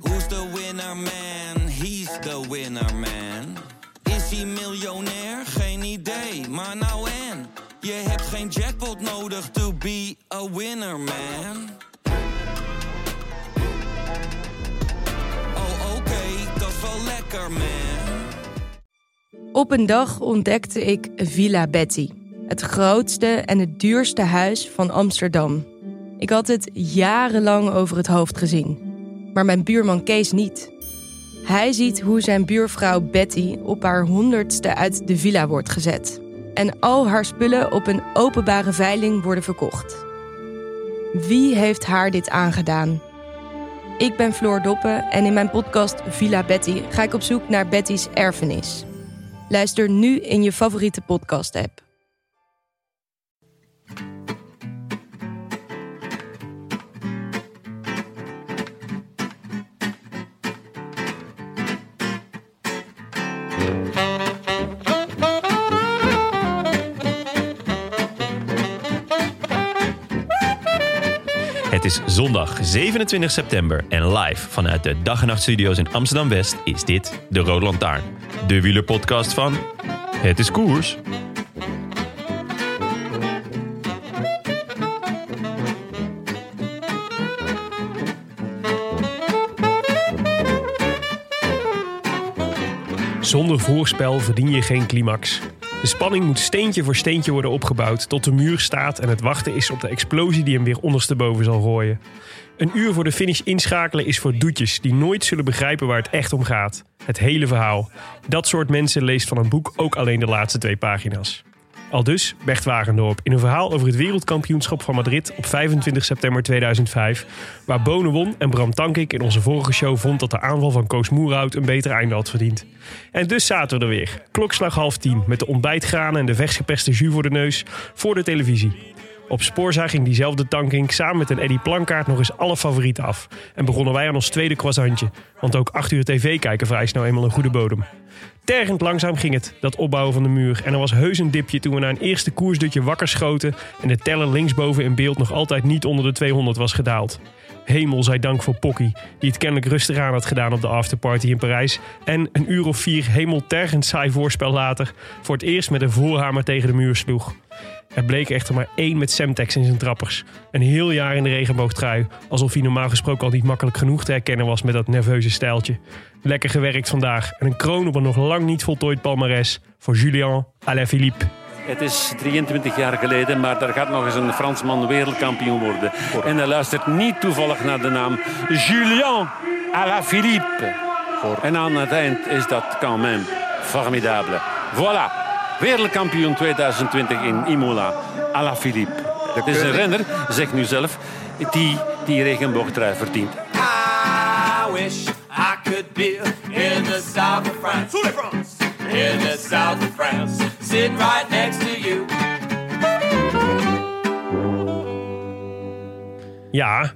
Who's the winner man? He's the winner man. Is hij miljonair? Geen idee, maar nou en. Je hebt geen jackpot nodig to be a winner man. Oh oké, dat is wel lekker man. Op een dag ontdekte ik Villa Betty, het grootste en het duurste huis van Amsterdam. Ik had het jarenlang over het hoofd gezien, maar mijn buurman Kees niet. Hij ziet hoe zijn buurvrouw Betty op haar honderdste uit de villa wordt gezet en al haar spullen op een openbare veiling worden verkocht. Wie heeft haar dit aangedaan? Ik ben Floor Doppen en in mijn podcast Villa Betty ga ik op zoek naar Betty's erfenis. Luister nu in je favoriete podcast-app. Het is zondag 27 september en live vanuit de Dag en Nacht Studio's in Amsterdam West is dit de Rode Lantaarn. De wielerpodcast van Het is Koers. Zonder voorspel verdien je geen climax. De spanning moet steentje voor steentje worden opgebouwd tot de muur staat en het wachten is op de explosie die hem weer ondersteboven zal gooien. Een uur voor de finish inschakelen is voor doetjes die nooit zullen begrijpen waar het echt om gaat. Het hele verhaal. Dat soort mensen leest van een boek ook alleen de laatste twee pagina's. Al dus Bert Wagendorp in een verhaal over het wereldkampioenschap van Madrid op 25 september 2005. Waar Bonen won en Bram Tankink in onze vorige show vond dat de aanval van Koos Moerhout een beter einde had verdiend. En dus zaten we er weer. Klokslag half tien met de ontbijtgranen en de versgepeste jus voor de neus voor de televisie. Op spoorzaag ging diezelfde tanking samen met een Eddy Plankaart nog eens alle favorieten af. En begonnen wij aan ons tweede croissantje. Want ook 8 uur tv kijken vereist nou eenmaal een goede bodem. Tergend langzaam ging het, dat opbouwen van de muur. En er was heus een dipje toen we na een eerste koersdutje wakker schoten... en de teller linksboven in beeld nog altijd niet onder de 200 was gedaald. Hemel zij dank voor Pocky, die het kennelijk rustig aan had gedaan op de afterparty in Parijs. En een uur of vier hemeltergend saai voorspel later... voor het eerst met een voorhamer tegen de muur sloeg. Er bleek echter maar één met Semtex in zijn trappers. Een heel jaar in de regenboogtrui. Alsof hij normaal gesproken al niet makkelijk genoeg te herkennen was met dat nerveuze stijltje. Lekker gewerkt vandaag. En een kroon op een nog lang niet voltooid palmares. Voor Julien Alaphilippe. Het is 23 jaar geleden, maar daar gaat nog eens een Fransman wereldkampioen worden. En hij luistert niet toevallig naar de naam Julien Alaphilippe. En aan het eind is dat quand même formidable. Voilà, wereldkampioen 2020 in Imola, Alaphilippe. Het is een renner, zeg nu zelf, die die regenboogtrui verdient. I wish I could be in the south of France. In the south of France. Sitting right next to you. Ja,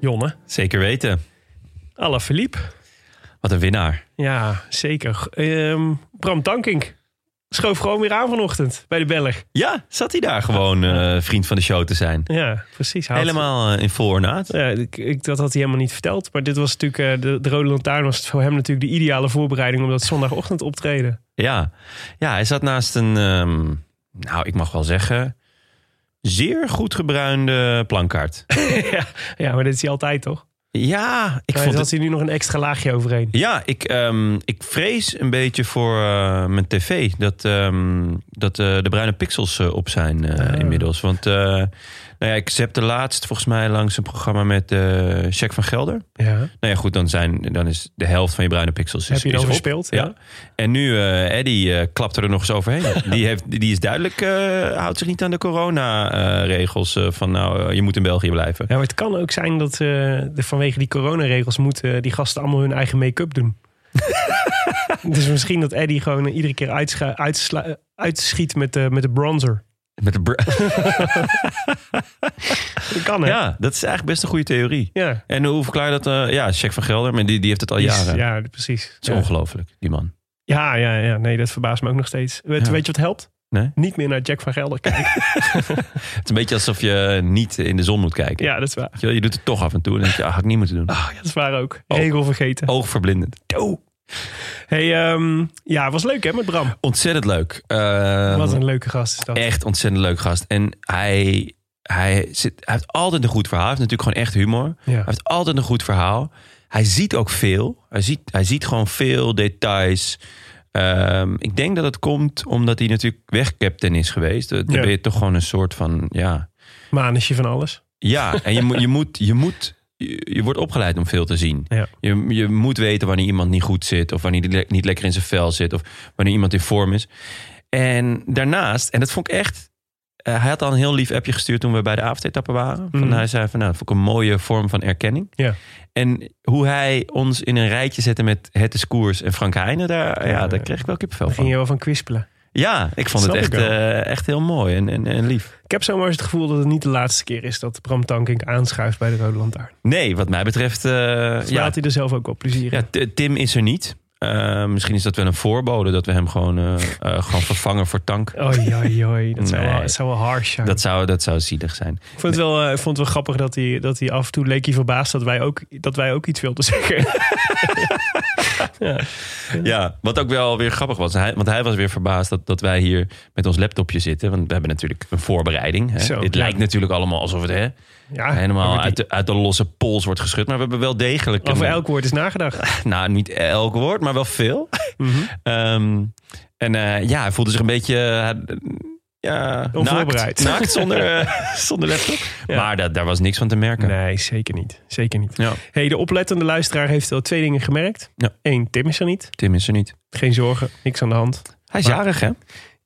Jonne. Zeker weten. Alaphilippe. Wat een winnaar. Ja, zeker. Ehm, Bram Tankink. Schoof gewoon weer aan vanochtend bij de Belg. Ja, zat hij daar gewoon eh, vriend van de show te zijn. Ja, precies. Hij had- Helemaal eh, in vol ornaat. Ja, ik, ik- dat had hij helemaal niet verteld. Maar dit was natuurlijk, eh, de, de Rode Lantaarn was voor hem natuurlijk de ideale voorbereiding om dat zondagochtend optreden. Ja, ja hij zat naast een, ehm, nou ik mag wel zeggen, zeer goed gebruinde plankaart. Ja, maar dit is hij altijd toch? Ja, ik Ik vond vond het dat hij nu nog een extra laagje overheen. Ja, ik, ehm, ik vrees een beetje voor eh, mijn tv dat, ehm, dat eh, de bruine pixels eh, op zijn eh, Ah. inmiddels. Want eh, nou ja, ik heb de laatst volgens mij langs een programma met eh Jack van Gelder. Ja. Nou ja, goed, dan, zijn, dan is de helft van je bruine pixels is, Heb je dan is op. verspeeld, Ja. ja. En nu, eh Eddie eh, klapt er nog eens overheen. die, heeft, die is duidelijk, eh, houdt zich niet aan de corona-regels. van nou, eh, je moet in België blijven. Ja, maar het kan ook zijn dat eh, de, vanwege die coronaregels moeten eh, die gasten allemaal hun eigen make-up doen. dus misschien dat Eddie gewoon eh, iedere keer uitscha- uitsla- eh, uitschiet met de, met de bronzer. Met de br- Dat kan hè? ja, dat is eigenlijk best een goede theorie. Ja. En hoe verklaar je dat? eh, ja, Jack van Gelder, maar die, die heeft het al jaren. Ja, precies. Het is Ja. ongelooflijk, die man. Ja, ja, ja. Nee, dat verbaast me ook nog steeds. Weet, Ja. weet je wat helpt? Nee? niet meer naar Jack van Gelder kijken. Het is een beetje alsof je niet in de zon moet kijken. ja, dat is waar. Weet je wel, Je doet het toch af en toe. En dan denk je, ah, had ik niet moeten doen. Ah, ja, dat is waar ook. Oh. Regel vergeten. Oogverblindend. Oh. Hey, ehm, ja, was leuk hè met Bram. Ontzettend leuk. Eh, Wat een leuke gast is dat. Echt ontzettend leuk gast. En hij, hij, zit, hij heeft altijd een goed verhaal. Hij heeft natuurlijk gewoon echt humor. Ja. Hij heeft altijd een goed verhaal. Hij ziet ook veel. Hij ziet, hij ziet gewoon veel details. Ehm, ik denk dat het komt omdat hij natuurlijk wegcaptain is geweest. Dan Ja. ben je toch gewoon een soort van, ja... Manusje van alles. Ja, en je, moet- je moet... Je moet je je wordt opgeleid om veel te zien. Ja. Je, je moet weten wanneer iemand niet goed zit. Of wanneer die le- niet lekker in zijn vel zit. Of wanneer iemand in vorm is. En daarnaast, en dat vond ik echt... eh, hij had al een heel lief appje gestuurd toen we bij de avondetappen waren. Van, Mhm. Hij zei van, nou, dat vond ik een mooie vorm van erkenning. Ja. En hoe hij ons in een rijtje zette met Het is Koers en Frank Heijnen. Daar, ja, daar kreeg ik wel kipvel Ging van. je wel van kwispelen. Ja, ik vond het Snap ik echt, wel. eh, echt heel mooi en, en, en lief. Ik heb zomaar eens het gevoel dat het niet de laatste keer is dat Bram Tankink aanschuift bij de Rode Lantaarn. Nee, wat mij betreft... eh, Slaat ja, hij er zelf ook wel plezier in. Ja, T- Tim is er niet. Eh, misschien is dat wel een voorbode dat we hem gewoon eh, eh, gaan vervangen voor tank. Oei, oei, oei. Dat zou, Nee. wel, dat zou wel harsh zijn. Dat zou, dat zou zielig zijn. Ik vond het wel, eh, ik vond het wel grappig dat hij, dat hij af en toe leek hij verbaasd dat wij ook, dat wij ook iets wilden zeggen. Ja, wat ook wel weer grappig was. Hij, want hij was weer verbaasd dat, dat wij hier met ons laptopje zitten. Want we hebben natuurlijk een voorbereiding. Hè. Zo, Dit ja. lijkt natuurlijk allemaal alsof het hè, Ja, helemaal over die- uit de, uit de losse pols wordt geschud. Maar we hebben wel degelijk... een- Over elk woord is nagedacht. Mhm. Nou, niet elk woord, maar wel veel. Ehm, en eh, ja, hij voelde zich een beetje... eh, ja, Onvoorbereid. Naakt, naakt zonder, eh, zonder laptop. Ja. Maar dat, daar was niks van te merken. Nee, zeker niet. Zeker niet. Ja. Hey, de oplettende luisteraar heeft al twee dingen gemerkt. Ja. Eén, Tim is er niet. Tim is er niet. Geen zorgen, niks aan de hand. Hij is Maar- jarig, hè?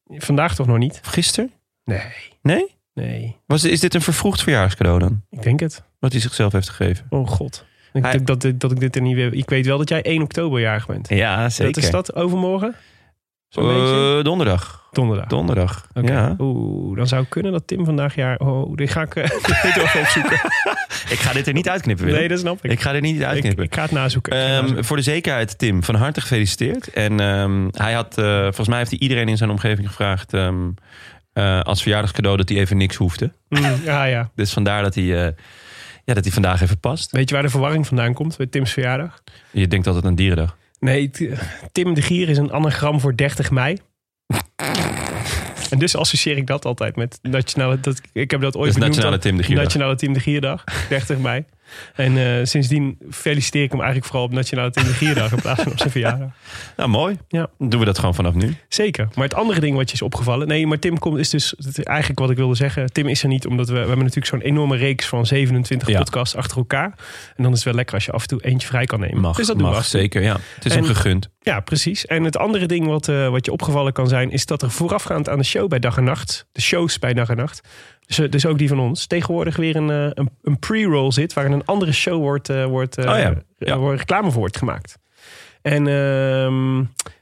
Vandaag toch nog niet? Gisteren? Nee. Nee? Nee, Was, is dit een vervroegd verjaarscadeau dan? ik denk het. Wat hij zichzelf heeft gegeven? Oh god. Ik Hij- denk dat, dit- dat ik dit er niet weer... Ik weet wel dat jij 1 oktober jarig bent. Ja, Dat is dat overmorgen? Zo'n beetje? Eh, donderdag. Donderdag. Donderdag. Oké. Ja. Oeh, dan zou het kunnen dat Tim vandaag jaar... Oh, dit ga ik eh, dit even opzoeken. Ik ga dit er niet uitknippen, Willem. Nee, dat snap ik. Ik ga dit niet ik, uitknippen. ik ga het nazoeken. Ik ga het Ehm, nazoeken. voor de zekerheid, Tim, van harte gefeliciteerd. En ehm, hij had, eh, volgens mij heeft hij iedereen in zijn omgeving gevraagd... ehm, eh, als verjaardagscadeau dat hij even niks hoefde. Mm, ja, ja. Dus vandaar dat hij, eh, ja, dat hij vandaag even past. Weet je waar de verwarring vandaan komt bij Tim's verjaardag? Je denkt altijd aan dierendag. Nee, t- Tim de Gier is een anagram voor 30 mei. En dus associeer ik dat altijd met nationale. Dat, ik heb dat ooit Dus benoemd Nationale als Tim de Gierdag. Nationale Tim de Gierdag, 30 mei. En eh, sindsdien feliciteer ik hem eigenlijk vooral op Nationale Tim de Gierdag in plaats van op zijn verjaardag. Nou, mooi. Ja. Dan doen we dat gewoon vanaf nu. Zeker. Maar het andere ding wat je is opgevallen. Nee, maar Tim komt is dus het is eigenlijk wat ik wilde zeggen. Tim is er niet omdat we, we hebben natuurlijk zo'n enorme reeks van 27 Ja. podcasts achter elkaar. En dan is het wel lekker als je af en toe eentje vrij kan nemen. Mag, dus dat doen we mag af en toe. zeker. Ja. Het is En- hem gegund. Ja, precies. En het andere ding wat, eh, wat je opgevallen kan zijn, is dat er voorafgaand aan de show bij dag en nacht, de shows bij dag en nacht, dus, eh, dus ook die van ons, tegenwoordig weer een, eh, een, een pre-roll zit waarin een andere show wordt, eh, wordt eh, Oh ja, eh, ja. wordt reclame voor wordt gemaakt. En ehm,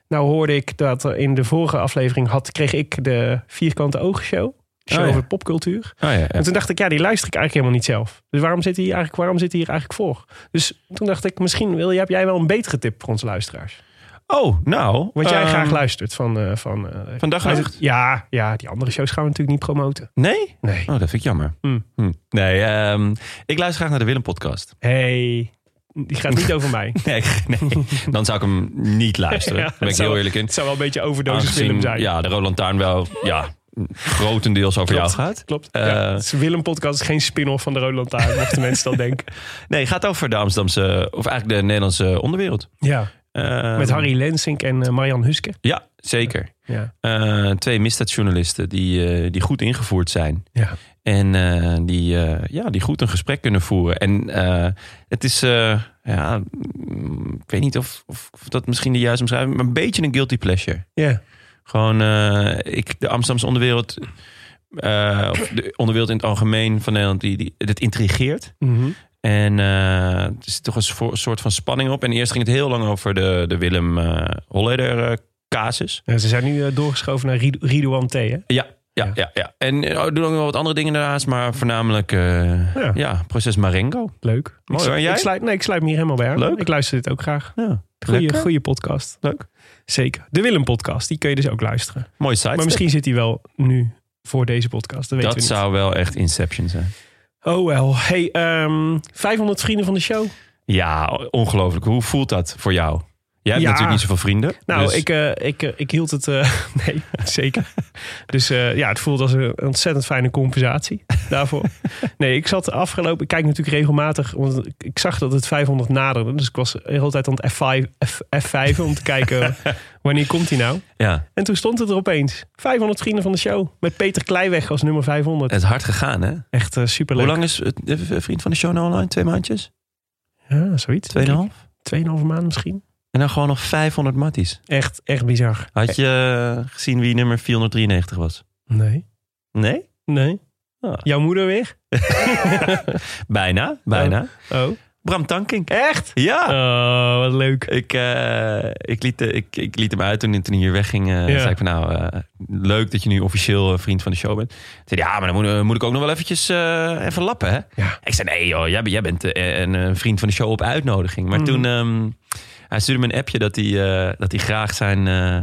nou hoorde ik dat er in de vorige aflevering had, kreeg ik de vierkante ogen show. Show Oh ja. over popcultuur. Oh, ja, ja. En toen dacht ik, ja, die luister ik eigenlijk helemaal niet zelf. Dus waarom zit hij hier eigenlijk, waarom zit hij hier eigenlijk voor? Dus toen dacht ik, misschien wil, heb jij wel een betere tip voor onze luisteraars. Oh, nou. Wat jij ehm, graag luistert van... eh, van eh, Van dag en nacht? Ja, ja, die andere shows gaan we natuurlijk niet promoten. Nee? Nee. Oh, dat vind ik jammer. Hmm. Hmm. Nee, ehm, ik luister graag naar de Willem-podcast. hey, die gaat niet over mij. Nee, nee, dan zou ik hem niet luisteren. Ja, Daar ben het ik zou- heel eerlijk in. Het zou wel een beetje overdosis Aangezien, Willem zijn. Ja, de Roland Taarn wel ja, grotendeels over Klopt, jou gaat. Klopt. Eh, ja. Het is Willem podcast is geen spin-off van de Roland Taar, mochten mensen dat denken. Nee, het gaat over de Amsterdamse, of eigenlijk de Nederlandse onderwereld. Ja. Ehm, Met Harry Lensink en eh, Marian Huske. Ja, zeker. Ja. Eh, twee misdaadjournalisten die, eh, die goed ingevoerd zijn. Ja. En eh, die, eh, ja, die goed een gesprek kunnen voeren. En eh, het is, eh, ja, mm, ik weet niet of, of, of dat misschien de juiste omschrijving maar een beetje een guilty pleasure. ja. Gewoon, eh, ik, de Amsterdamse onderwereld, eh, of de onderwereld in het algemeen van Nederland, die, die, het intrigeert. Mhm. En eh, er zit toch een soort- soort van spanning op. En eerst ging het heel lang over de, de Willem eh Holleder eh, casus. Ja, ze zijn nu eh, doorgeschoven naar Rid- Ridouan T. Hè? Ja, ja, Ja. ja. ja, En eh, doen ook nog wel wat andere dingen daarnaast, maar voornamelijk eh, Ja. ja. proces Marengo. Leuk. Mooi, ik, hoor. En jij? Ik sluit, nee, ik sluit me hier helemaal bij aan. Leuk. Ik luister dit ook graag. Ja. Goeie, Lekker. goede podcast. Leuk. Zeker. De Willem podcast, die kun je dus ook luisteren. Mooi site. Maar misschien zit hij wel nu voor deze podcast. Dat dat weten we niet. zou wel echt Inception zijn. Oh wel. Hey, ehm, 500 vrienden van de show. Ja, ongelooflijk. Hoe voelt dat voor jou? Jij hebt Ja. natuurlijk niet zoveel vrienden. Nou, dus- ik, eh, ik, eh, ik hield het... eh, nee, zeker. Dus eh, ja, het voelde als een ontzettend fijne compensatie daarvoor. Nee, ik zat afgelopen... Ik kijk natuurlijk regelmatig, want ik- ik zag dat het 500 naderde. Dus ik was de hele tijd aan het F5, F, F5 om te kijken wanneer komt hij nou. Ja, En toen stond het er opeens. 500 vrienden van de show. Met Peter Kleiweg als nummer 500. het is hard gegaan, hè? Echt eh, superleuk. Hoe lang is het, eh, vriend van de show nou online? Twee maandjes? Ja, Ah, zoiets. Tweeënhalf? Tweeënhalve maand misschien. En dan gewoon nog 500 matties. Echt, echt bizar. Had je eh, gezien wie nummer 493 was? Nee. Nee? Nee. Ah. Jouw moeder weer? Bijna, bijna. Oh. Bram Tankink. Echt? Ja! Oh, wat leuk. Ik, eh, ik, liet, eh, ik, ik liet hem uit toen, toen hij hier wegging. eh Ja. zei ik van nou, eh, leuk dat je nu officieel eh, vriend van de show bent. Toen zei hij, ja, maar dan moet, moet ik ook nog wel eventjes eh, even lappen, hè? Ja. Ik zei, nee joh, jij, bent- jij bent eh, een, eh, vriend van de show op uitnodiging. Mm. Maar toen, ehm, hij stuurde me een appje dat hij, eh, dat hij graag zijn... eh,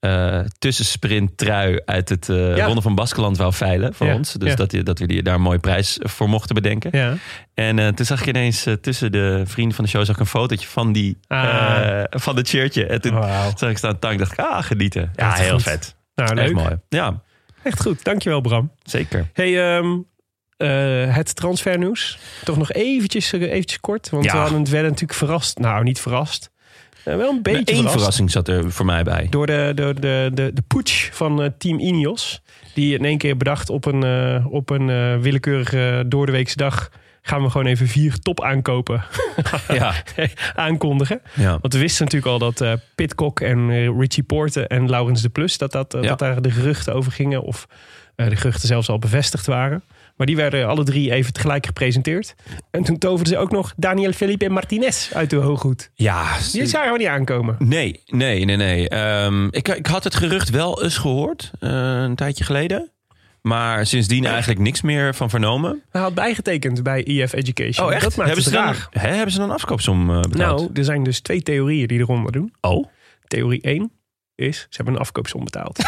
eh, tussensprint trui uit het eh, Ja. Ronde van Baskeland wou veilen voor Ja, ons. Dus ja. dat, hij- dat we die, daar een mooie prijs voor mochten bedenken. Ja. En eh, toen zag ik ineens eh, tussen de vrienden van de show zag ik een fotootje van die Ah. eh, van dat shirtje. En toen Wauw. zag ik staan tank. Dacht ik, ah, genieten. Ja, Echt heel goed. vet. Nou, leuk. Echt mooi. Ja, Echt goed. Dankjewel, Bram. zeker. Hey, ehm, eh, het transfernieuws. Toch nog eventjes, eh, eventjes kort. Want Ja. we hadden het werden natuurlijk verrast. Nou, niet verrast. Eh, wel een beetje Eén verrast. verrassing zat er voor mij bij. Door de, de, de, de, de putsch van eh, Team Ineos. Die in één keer bedacht op een, eh, op een eh, willekeurige doordeweekse dag... gaan we gewoon even vier top aankopen Ja, aankondigen. ja. Want we wisten natuurlijk al dat eh Pitcock en eh, Richie Porte en Laurens de Plus... Dat, dat, eh, Ja. dat daar de geruchten over gingen. Of eh, de geruchten zelfs al bevestigd waren. Maar die werden alle drie even tegelijk gepresenteerd. En toen toverden ze ook nog Daniel Felipe Martinez uit de hooghoed. ja. Die zagen we niet aankomen. Nee, nee, nee, nee. Ehm, ik, ik had het gerucht wel eens gehoord, eh, een tijdje geleden. Maar sindsdien eigenlijk niks meer van vernomen. Hij had bijgetekend bij EF Education. Dat maakt Oh, Hebben het ze, dan, raar. hè, hebben ze dan een afkoopsom eh, betaald? Nou, er zijn dus twee theorieën die eronder doen. oh, Theorie 1 is, ze hebben een afkoopsom betaald.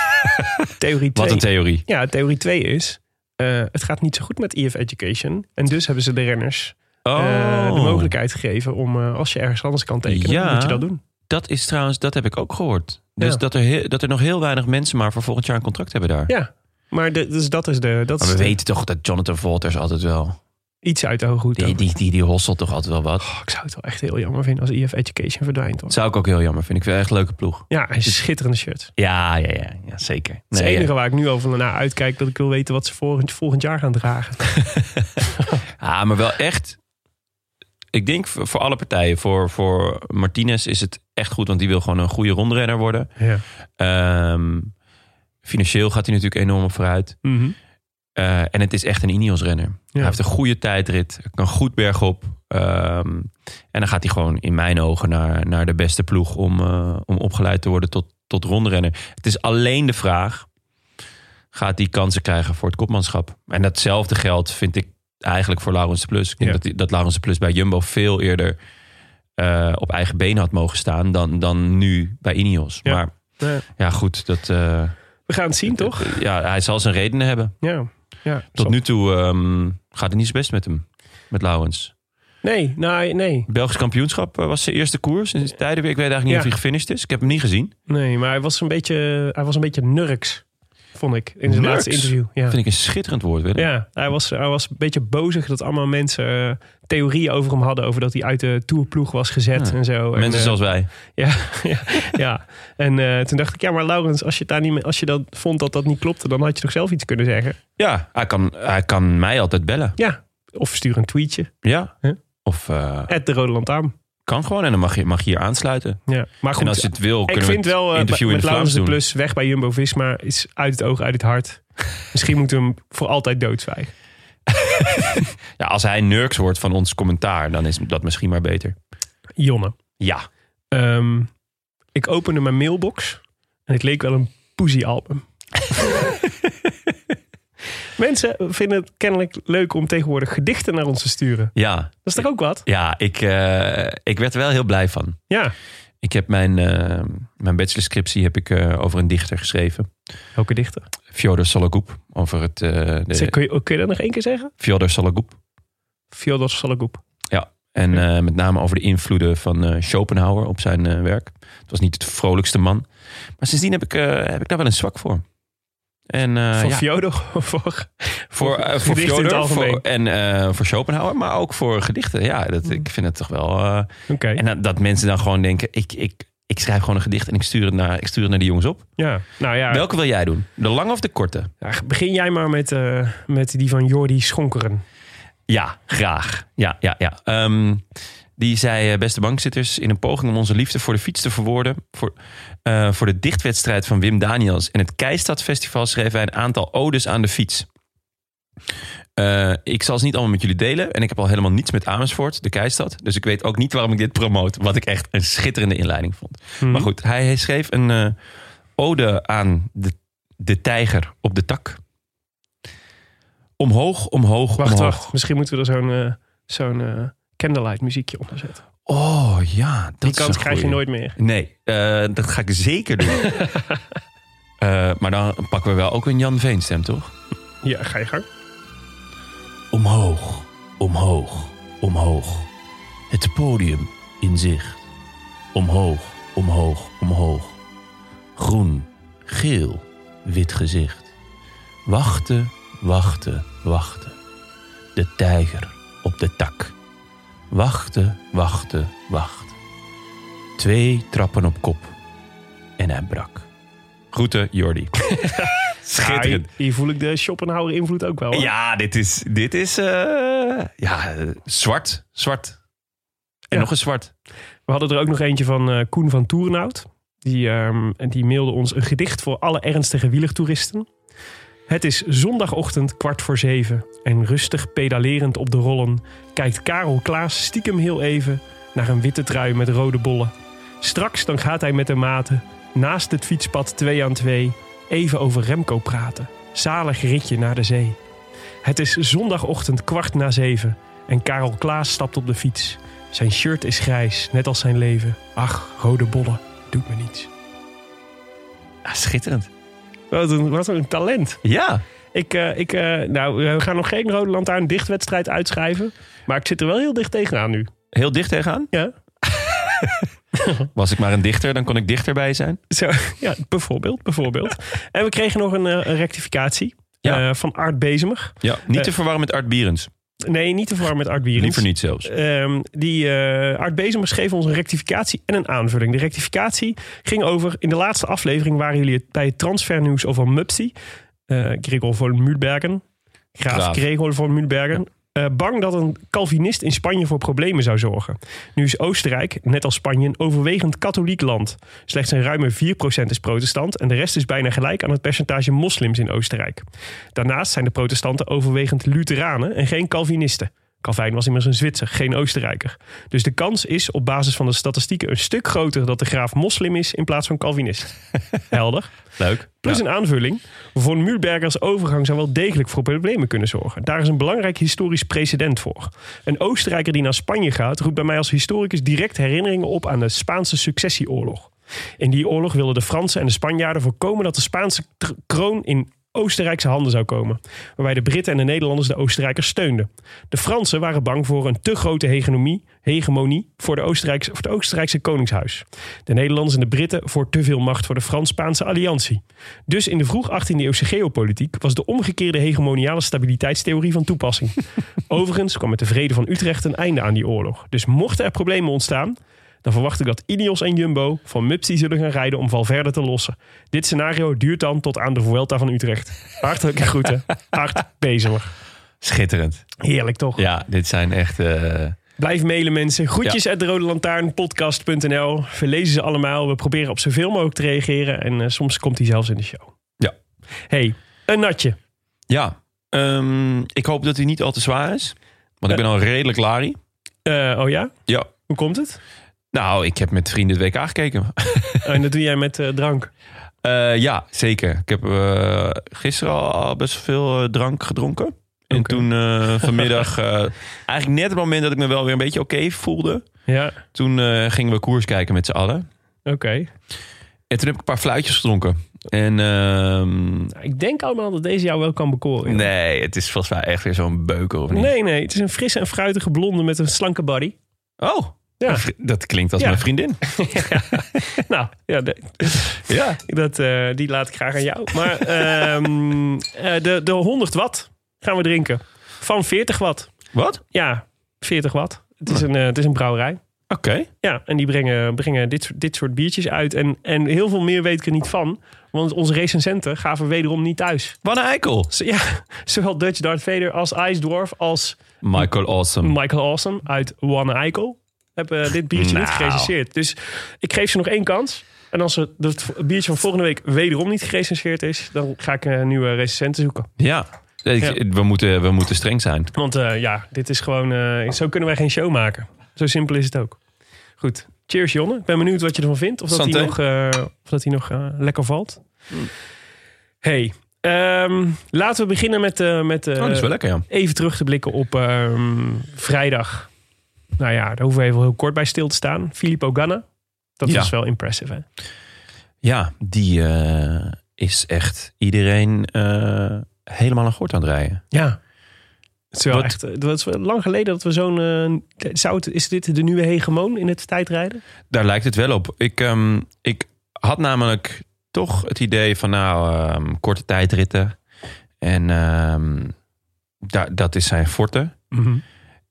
theorie 2, wat een theorie. ja, theorie 2 is, eh, het gaat niet zo goed met EF Education. En dus hebben ze de renners Oh, eh, de mogelijkheid gegeven om, eh, als je ergens anders kan tekenen, Ja. moet je dat doen. Dat is trouwens, dat heb ik ook gehoord. Dus Ja. dat, er heel- dat er nog heel weinig mensen maar voor volgend jaar een contract hebben daar. Ja, maar de- dus dat is, de, dat Maar is we de- weten toch dat Jonathan Volters altijd wel... iets uit de hooghoed. Die, ook. die, die, die hosselt toch altijd wel wat. Oh, ik zou het wel echt heel jammer vinden als EF Education verdwijnt. Hoor. Zou ik ook heel jammer vinden. Ik vind het echt een leuke ploeg. Ja, een schitterende shirt. Ja, ja, ja. ja zeker. Het is Nee, het enige ja. waar ik nu al van naar uitkijk, dat ik wil weten wat ze volgend, volgend jaar gaan dragen. Ah, maar wel echt... Ik denk voor voor alle partijen. Voor, voor Martinez is het echt goed, want die wil gewoon een goede rondrenner worden. Ja. Ehm, financieel gaat hij natuurlijk enorm op vooruit. Mhm. Eh, en het is echt een Ineos-renner. Hij heeft een goede tijdrit, kan goed bergop. Ehm, en dan gaat hij gewoon in mijn ogen naar, naar de beste ploeg om, eh, om opgeleid te worden tot, tot rondrenner. Het is alleen de vraag, gaat hij kansen krijgen voor het kopmanschap? En datzelfde geldt, vind ik, eigenlijk voor Laurens de Plus. Ik denk Ja. dat, die- dat Laurens de Plus bij Jumbo veel eerder eh, op eigen benen had mogen staan dan, dan nu bij Ineos. Ja. Maar Ja. ja, goed, dat, eh, We gaan het zien, toch? ja, hij zal zijn redenen hebben. Ja. ja Tot Zo. nu toe ehm, gaat het niet zo best met hem, met Lauwens. Nee, nee, nee. Belgisch kampioenschap eh, was zijn eerste koers in zijn tijden weer. Ik weet eigenlijk niet Ja. of hij gefinished is. Ik heb hem niet gezien. Nee, maar hij was een beetje, hij was een beetje nurks, vond ik, in zijn Nurks? laatste interview. Ja. Vind ik een schitterend woord, Willem. Ja, hij was, hij was een beetje bozig dat allemaal mensen eh, theorieën over hem hadden. Over dat hij uit de tourploeg was gezet Ja. en zo. en, Mensen eh, zoals wij. Ja, ja, ja. En eh, toen dacht ik, ja, maar Laurens, als je, het daar niet, mee- als je dat vond dat dat niet klopte, dan had je toch zelf iets kunnen zeggen? Ja, hij kan, hij kan mij altijd bellen. Ja. Of stuur een tweetje. Ja. Huh? Of eh, At de Rode Lantaarn. kan gewoon en dan mag je, mag je hier aansluiten. Ja. Maar goed, en als je het wil, Ik kunnen vind we het wel eh, interview in met de Laurens Vlaams de doen. Plus weg bij Jumbo Visma is uit het oog, uit het hart. Misschien moeten we hem voor altijd doodzwijgen. Ja, als hij nurks wordt van ons commentaar, dan is dat misschien maar beter. Jonne, Ja. ehm, ik opende mijn mailbox en het leek wel een poesiealbum. Mensen vinden het kennelijk leuk om tegenwoordig gedichten naar ons te sturen. Ja, Dat is toch ook wat? ja ik, eh, ik werd er wel heel blij van. Ja, Ik heb mijn, eh, mijn bachelorscriptie heb ik, eh, over een dichter geschreven. Welke dichter? Fjodor Sologub. Over het... eh de, Zeg, kun, je, oh, kun je dat nog één keer zeggen? Fjodor Sologub. Fyodor Sologub. En eh, met name over de invloeden van eh, Schopenhauer op zijn eh, werk. Het was niet het vrolijkste man. Maar sindsdien heb ik, eh, heb ik daar wel een zwak voor. En, eh, van ja, Fyodor of voor... voor, eh, voor gedichten in het Fjodor algemeen. voor- en eh, voor Schopenhauer, maar ook voor gedichten. Ja, dat, ik vind het toch wel... eh, Hmm. Oké, en dat, dat mensen dan gewoon denken, ik, ik, ik schrijf gewoon een gedicht... en ik stuur het naar, ik stuur het naar die jongens op. ja. Nou ja, Welke wil jij doen? De lange of de korte? ja, begin jij maar met, eh, met die van Jordi Schonkeren. Ja, graag. Ja, ja, ja. Ehm, die zei, eh, beste bankzitters, in een poging om onze liefde voor de fiets te verwoorden... Voor, eh, voor de dichtwedstrijd van Wim Daniels en het Keistad Festival... schreven wij een aantal odes aan de fiets. Eh, ik zal ze niet allemaal met jullie delen. En ik heb al helemaal niets met Amersfoort, de Keistad. Dus ik weet ook niet waarom ik dit promoot. Wat ik echt een schitterende inleiding vond. Mhm. Maar goed, hij schreef een eh, ode aan de, de tijger op de tak. Omhoog, omhoog, Wacht, omhoog. wacht. Misschien moeten we er zo'n eh, zo'n eh, candlelight muziekje onder zetten. Oh ja, dat Die is kans een krijg je goeie. nooit meer. Nee, eh, dat ga ik zeker doen. Eh, maar dan pakken we wel ook een Jan Veenstem, toch? Ja, ga je gang. Omhoog, omhoog, omhoog. Het podium in zicht. Omhoog, omhoog, omhoog. Groen, geel, wit gezicht. Wachten, wachten, wachten. De tijger op de tak. Wachten, wachten, wachten. Twee trappen op kop. En hij brak. Groeten, Jordi. Ah, hier, hier voel ik de Schopenhauer invloed ook wel. hoor. Ja, dit is, dit is eh, ja, eh, zwart. Zwart. En Ja. nog een zwart. We hadden er ook nog eentje van eh, Koen van Toerenhout. Die, ehm, en die mailde ons een gedicht voor alle ernstige wielertoeristen. Het is zondagochtend kwart voor zeven. En rustig pedalerend op de rollen kijkt Karel Klaas stiekem heel even naar een witte trui met rode bollen. Straks dan gaat hij met de maten naast het fietspad twee aan twee even over Remco praten. Zalig ritje naar de zee. Het is zondagochtend kwart na zeven en Karel Klaas stapt op de fiets. Zijn shirt is grijs, net als zijn leven. Ach, rode bollen, doet me niets. Ja, schitterend. Wat een, wat een talent. Ja. Ik, eh, ik, eh, nou, we gaan nog geen Rode Lantaarn dichtwedstrijd uitschrijven. Maar ik zit er wel heel dicht tegenaan nu. Heel dicht tegenaan. Ja, Was ik maar een dichter, dan kon ik dichterbij zijn. zo, ja bijvoorbeeld, bijvoorbeeld. En we kregen nog een, eh, een rectificatie Ja. eh, van Art Bezemer. Ja, niet te Eh. verwarren met Art Bierens. Nee, niet te verwarren met Art Bierens. Liever niet zelfs. Ehm, die eh Art Bezemer schreef ons een rectificatie en een aanvulling. De rectificatie ging over... In de laatste aflevering waren jullie het- bij het transfernieuws over Mupsi. eh Gregor van Muurbergen. Graaf, Graaf. Gregor van Muurbergen. eh, bang dat een Calvinist in Spanje voor problemen zou zorgen. Nu is Oostenrijk, net als Spanje, een overwegend katholiek land. Slechts een ruime 4% is protestant en de rest is bijna gelijk aan het percentage moslims in Oostenrijk. Daarnaast zijn de protestanten overwegend Lutheranen en geen Calvinisten. Calvijn was immers een Zwitser, geen Oostenrijker. Dus de kans is op basis van de statistieken een stuk groter dat de graaf moslim is in plaats van Calvinist. Helder. Leuk. Plus Ja. een aanvulling. Voor Muurbergers overgang zou wel degelijk voor problemen kunnen zorgen. Daar is een belangrijk historisch precedent voor. Een Oostenrijker die naar Spanje gaat, roept bij mij als historicus direct herinneringen op aan de Spaanse successieoorlog. In die oorlog wilden de Fransen en de Spanjaarden voorkomen dat de Spaanse tr- kroon in Oostenrijkse handen zou komen, waarbij de Britten en de Nederlanders de Oostenrijkers steunden. De Fransen waren bang voor een te grote hegemonie, hegemonie voor, de Oostenrijkse, voor het Oostenrijkse Koningshuis. De Nederlanders en de Britten voor te veel macht voor de Frans-Spaanse alliantie. Dus in de vroeg 18e eeuwse geopolitiek was de omgekeerde hegemoniale stabiliteitstheorie van toepassing. Overigens kwam met de vrede van Utrecht een einde aan die oorlog. Dus mochten er problemen ontstaan, dan verwacht ik dat Ineos en Jumbo van Mupsi zullen gaan rijden om Valverde te lossen. Dit scenario duurt dan tot aan de Vuelta van Utrecht. Hartelijke groeten. Hart Bezemer. Schitterend. Heerlijk toch? Ja, dit zijn echt... eh, Blijf mailen mensen. Groetjes uit de Rode Lantaarn, podcast.nl. Verlezen ze allemaal. We proberen op zoveel mogelijk te reageren. En eh, soms komt hij zelfs in de show. Ja. hey, een natje. ja. Ehm, ik hoop dat hij niet al te zwaar is. Want ik ben al redelijk lari. Eh, oh ja? Ja. Hoe komt het? Nou, ik heb met vrienden het WK gekeken. Oh, en dat doe jij met eh, drank. Eh, ja, zeker. Ik heb eh, gisteren al best veel eh, drank gedronken. En Oké. toen eh, vanmiddag, eh, eigenlijk net op het moment dat ik me wel weer een beetje oké voelde, Ja. toen eh, gingen we koers kijken met z'n allen. Oké. En toen heb ik een paar fluitjes gedronken. En ehm, Nou, Ik denk allemaal dat deze jou wel kan bekoren. nee, het is volgens mij echt weer zo'n beuker of niet? nee, nee. Het is een frisse en fruitige blonde met een slanke body. Oh, Ja. dat klinkt als Ja. mijn vriendin. nou, ja, de- Ja. dat, eh, die laat ik graag aan jou. Maar ehm, eh, de, de 100 watt gaan we drinken. Van 40 watt. Wat? Oké. Ja, 40 watt. Het is een, eh, het is een brouwerij. Ja, en die brengen, brengen dit, soort- dit soort biertjes uit. En, en heel veel meer weet ik er niet van. Want onze recensenten gaven wederom niet thuis. Wat een eikel. Z- ja, zowel Dutch Darth Vader als Ice Dwarf als Michael Awesome. Michael Awesome uit One Eikel hebben dit biertje Nou. niet gerecenseerd. Dus ik geef ze nog één kans. En als het, het biertje van volgende week wederom niet gerecenseerd is, dan ga ik een nieuwe recensenten zoeken. ja. Oh, Ik- Ja. We, moeten, we moeten streng zijn. Want eh, ja, dit is gewoon. eh, zo kunnen wij geen show maken. Zo simpel is het ook. Goed. Cheers, Jonne. Ik ben benieuwd wat je ervan vindt. Of dat hij Santé. Hmm. nog, eh, of dat hij nog eh, lekker valt. Hey, ehm, laten we beginnen met, eh, met eh, Oh, dat is wel lekker, ja. even terug te blikken op ehm, vrijdag. Nou ja, daar hoeven we even heel kort bij stil te staan. Filippo Ganna. Dat Ja. was wel impressive, hè? Ja, die eh, is echt iedereen eh, helemaal aan gort aan het rijden. Ja. Het is wel Wat- echt, het was wel lang geleden dat we zo'n... eh, zou het, is dit de nieuwe hegemoon in het tijdrijden? Daar lijkt het wel op. Ik, ehm, ik had namelijk toch het idee van nou, ehm, korte tijdritten. En ehm, da- dat is zijn forte.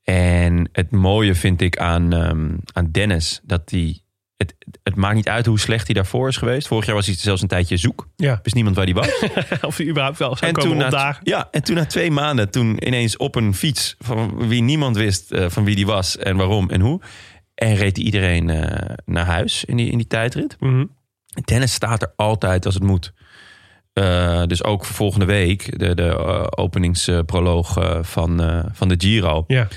En het mooie vind ik aan, ehm, aan Dennis dat hij. Het, het maakt niet uit hoe slecht hij daarvoor is geweest. Vorig jaar was hij zelfs een tijdje zoek. Ja. Wist niemand waar hij was. Of hij überhaupt wel zou en, komen toen na, opdagen. ja, en toen na twee maanden, toen ineens op een fiets van wie niemand wist eh, van wie die was en waarom en hoe. En reed hij iedereen eh, naar huis in die, in die tijdrit. Mhm. Dennis staat er altijd als het moet. Eh, dus ook voor volgende week, de, de eh, openingsproloog eh, van, eh, van de Giro. Ja.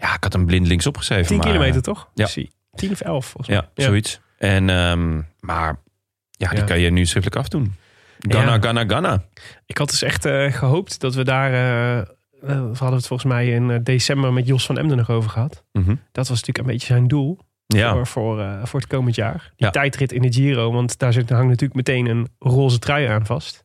Ja, ik had hem blindelings opgeschreven. 10 maar, eh, kilometer toch? ja. Zie. 10 of 11 volgens mij. Ja, zoiets. En, ehm, maar ja, die Ja. kan je nu schriftelijk afdoen. Ganna, Ja. Ganna, Ganna. Ik had dus echt eh, gehoopt dat we daar... eh, eh, we hadden het volgens mij in eh, december met Jos van Emden nog over gehad. Mhm. Dat was natuurlijk een beetje zijn doel Ja, voor, voor, eh, voor het komend jaar. Die Ja. tijdrit in de Giro, want daar zit, hangt natuurlijk meteen een roze trui aan vast.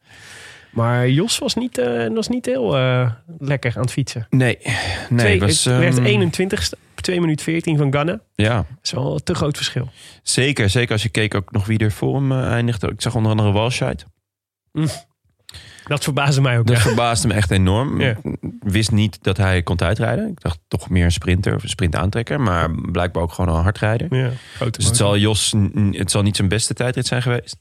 Maar Jos was niet, eh, was niet heel eh, lekker aan het fietsen. nee. nee Twee- het was, het werd ehm, 21ste, 2 minuut 14 van Ganna. Dat Ja, is wel een te groot verschil. zeker. Zeker als je keek ook nog wie er voor hem eh, eindigde. Ik zag onder andere Walscheid. Dat verbaasde mij ook. Dat ja. verbaasde me echt enorm. Ja. Ik Wist niet dat hij kon uitrijden. Ik dacht toch meer een sprinter of een sprintaantrekker. Maar blijkbaar ook gewoon een hardrijder. Ja, grote Dus het zal Jos, n- n- het zal niet zijn beste tijdrit zijn geweest.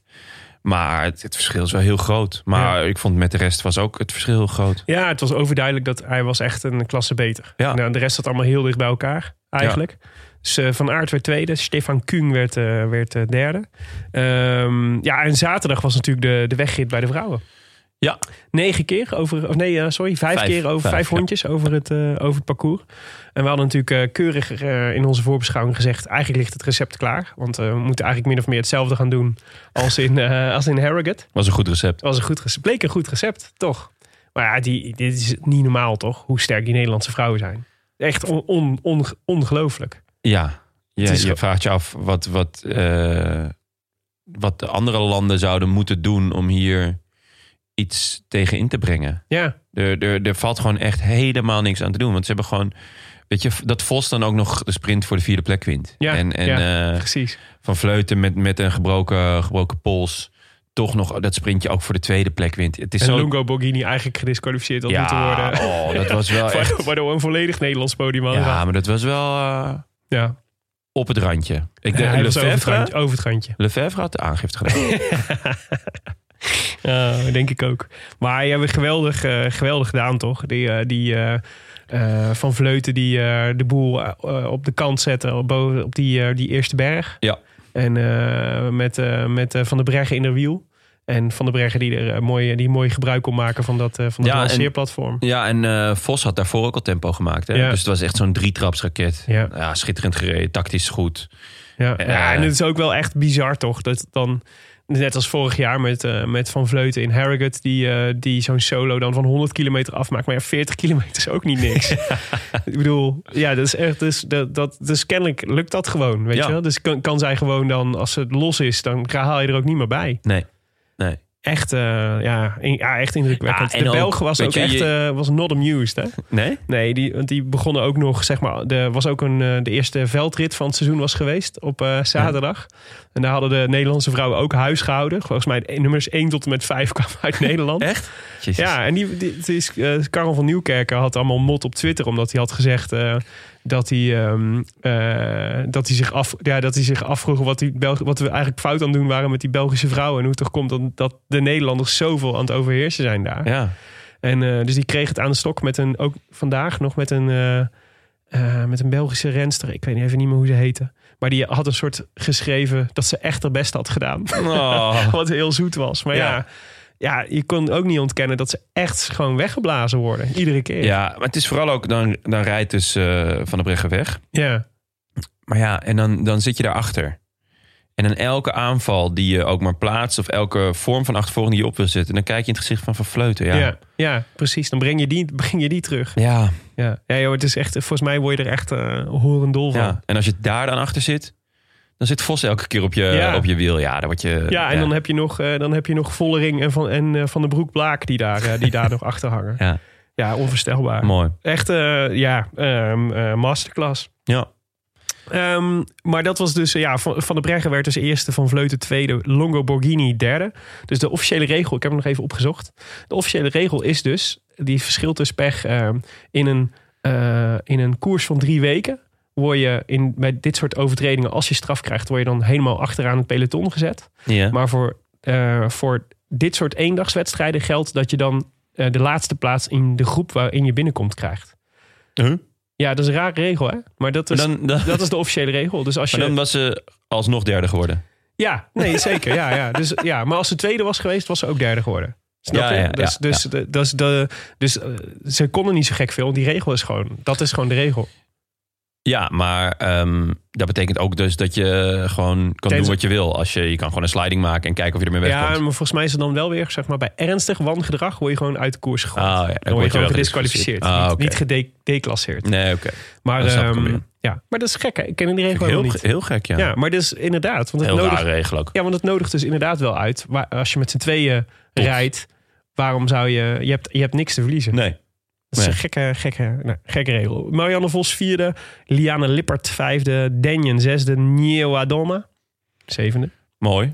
Maar het, het verschil is wel heel groot. Maar ik vond met de rest was ook het verschil heel groot. Ja, het was overduidelijk dat hij was echt een klasse beter. Ja. Nou, de rest zat allemaal heel dicht bij elkaar, eigenlijk. Dus eh, Van Aert werd tweede, Stefan Kuhn werd, eh, werd eh, derde. Ehm, ja, en zaterdag was natuurlijk de, de wegrit bij de vrouwen. Ja. Negen keer over, of nee, eh, sorry, vijf, Vijf, keer over vijf, vijf, ja. hondjes over, het, eh, over het parcours. En we hadden natuurlijk eh, keurig eh, in onze voorbeschouwing gezegd, eigenlijk ligt het recept klaar. Want eh, we moeten eigenlijk min of meer hetzelfde gaan doen als in, eh, als in Harrogate. Was een goed recept. Het was een goed recept. Bleek een goed recept, toch? Maar ja, die, dit is niet normaal, toch? Hoe sterk die Nederlandse vrouwen zijn. Echt on, on, on- ongelooflijk. Ja, je, Het is je ge- vraagt je af wat, wat, eh, wat de andere landen zouden moeten doen om hier iets tegen in te brengen. Ja, Er, er, er valt gewoon echt helemaal niks aan te doen. Want ze hebben gewoon, weet je, dat Vos dan ook nog de sprint voor de vierde plek wint. Ja, en en eh, precies. Van Vleuten met, met een gebroken, gebroken pols toch nog dat sprintje ook voor de tweede plek wint. Het is En zo... Lungo Borghini eigenlijk gedisqualificeerd had moeten worden. oh, dat was wel echt... Wa- Waardoor we een volledig Nederlands podium hadden. Ja, maar dat was wel eh, ja. op het randje. Ik Ja, denk hij was over het Lefevre, randje. Over het randje. Lefevre had de aangifte gedaan. Ja, Eh, denk ik ook. Maar ja, we geweldig, eh, geweldig gedaan, toch? Die, eh, die eh, eh, Van Vleuten die eh, de boel eh, eh, op de kant zette op, boven, op die, eh, die eerste berg. Ja. En eh, met, eh, met eh, Van der Breggen in de wiel. En Van der Breggen die er eh, mooi, die mooi gebruik kon maken van dat, eh van Ja, dat en- lanceerplatform. ja, en eh, Vos had daarvoor ook al tempo gemaakt. Hè? Ja. Dus het was echt zo'n drietrapsraket. Ja. ja, schitterend gereden, tactisch goed. Ja, Eh. ja, en het is ook wel echt bizar toch? Dat dan Net als vorig jaar met, eh, met Van Vleuten in Harrogate. Die, eh, die zo'n solo dan van 100 kilometer afmaakt. Maar ja, 40 kilometer is ook niet niks. Ik bedoel, ja, dat is echt. Dus, dat, dat, dus kennelijk lukt dat gewoon. Weet Ja. je wel? Dus kan, kan zij gewoon dan, als het los is, dan haal je er ook niet meer bij. Nee. Nee. Echt, eh, ja, in- ja, echt indrukwekkend. Ja, en de ook, Belg was weet ook je, echt je- eh, was not amused. Hè? Nee? Nee, die, want die begonnen ook nog, zeg maar, er was ook een, eh, de eerste veldrit van het seizoen was geweest op eh, zaterdag. En daar hadden de Nederlandse vrouwen ook huis gehouden. Volgens mij eh, nummers 1 tot en met 5 kwamen uit Nederland. Echt? Jezus. Ja, en die, die, het is, eh, Karel van Nieuwkerken had allemaal mot op Twitter. Omdat hij had gezegd eh, dat, hij, ehm, eh, dat, hij zich af, ja, dat hij zich afvroeg wat, die Belg- wat we eigenlijk fout aan het doen waren met die Belgische vrouwen. En hoe het toch komt dat, dat de Nederlanders zoveel aan het overheersen zijn daar. Ja. En eh, dus die kreeg het aan de stok met een, ook vandaag nog met een, eh, eh, met een Belgische renster. Ik weet even niet meer hoe ze heette. Maar die had een soort geschreven dat ze echt haar best had gedaan. Oh. Wat heel zoet was. Maar ja. Ja. ja, je kon ook niet ontkennen dat ze echt gewoon weggeblazen worden. Iedere keer. Ja, maar het is vooral ook, dan, dan rijdt dus eh, Van der Breggen weg. ja. Maar ja, en dan, dan zit je daarachter. En dan elke aanval die je ook maar plaatst... of elke vorm van achtervolging die je op wil zetten... dan kijk je in het gezicht van Van Vleuten. Ja, Ja. Ja, precies. Dan breng je die, breng je die terug. ja. Ja, ja joh, het is echt, volgens mij word je er echt eh horendol van. ja. Ja. En als je daar dan achter zit... dan zit Vos elke keer op je, Ja. op je wiel. Ja, dan word je... en Dan, heb je nog, eh, dan heb je nog Vollering en Van, en, eh, van de Broek Blaak die daar, eh, die daar nog achter hangen. Ja, Ja, onvoorstelbaar. mooi. Echt, eh, ja, ehm, eh, masterclass. Ja. Ehm, maar dat was dus, eh, ja, Van, van der Breggen werd dus eerste, Van Vleuten tweede, Longo Borghini derde. Dus de officiële regel, ik heb hem nog even opgezocht. De officiële regel is dus, die verschilt dus pech ehm, in, een, eh, in een koers van drie weken. Word je in, bij dit soort overtredingen, als je straf krijgt, word je dan helemaal achteraan het peloton gezet. Ja. Maar voor, eh, voor dit soort eendagswedstrijden geldt dat je dan eh, de laatste plaats in de groep waarin je binnenkomt krijgt. Huh? Ja, dat is een rare regel, hè? Maar dat is, dan, dan, dat is de officiële regel. Dus als je. maar dan was ze alsnog derde geworden. Ja, nee, zeker. Ja, ja. Dus, ja, maar als ze tweede was geweest, was ze ook derde geworden. Snap Ja, je? ja, dus ja, dus, de- dat is de, dus eh, ze konden niet zo gek veel. want Die regel is gewoon. Dat is gewoon de regel. Ja, maar ehm, dat betekent ook dus dat je gewoon kan doen wat je wil. Als je, je kan gewoon een sliding maken en kijken of je ermee Ja, wegkomt. maar volgens mij is het dan wel weer, zeg maar, bij ernstig wangedrag word je gewoon uit de koers gegooid. Ah, ja, dan dan word word je je gewoon wel gedisqualificeerd. gedisqualificeerd. Ah, niet oké. niet gedeclasseerd. nee, oké. Maar, Dat snap ik ehm, hem weer. ja. maar dat is gek, hè? Ik ken die regel Heel, helemaal niet. ge- heel gek, ja. ja. maar dat is inderdaad. Want het heel nodigt, rare regel ook. Ja, want het nodigt dus inderdaad wel uit. Waar, als je met z'n tweeën rijdt, waarom zou je... Je hebt, je hebt niks te verliezen. Nee. Dat is een nee. gekke, gekke, nou, gekke regel. Marianne Vos vierde, Liane Lippert vijfde, Denjen zesde, Nieuw Adoma zevende. Mooi.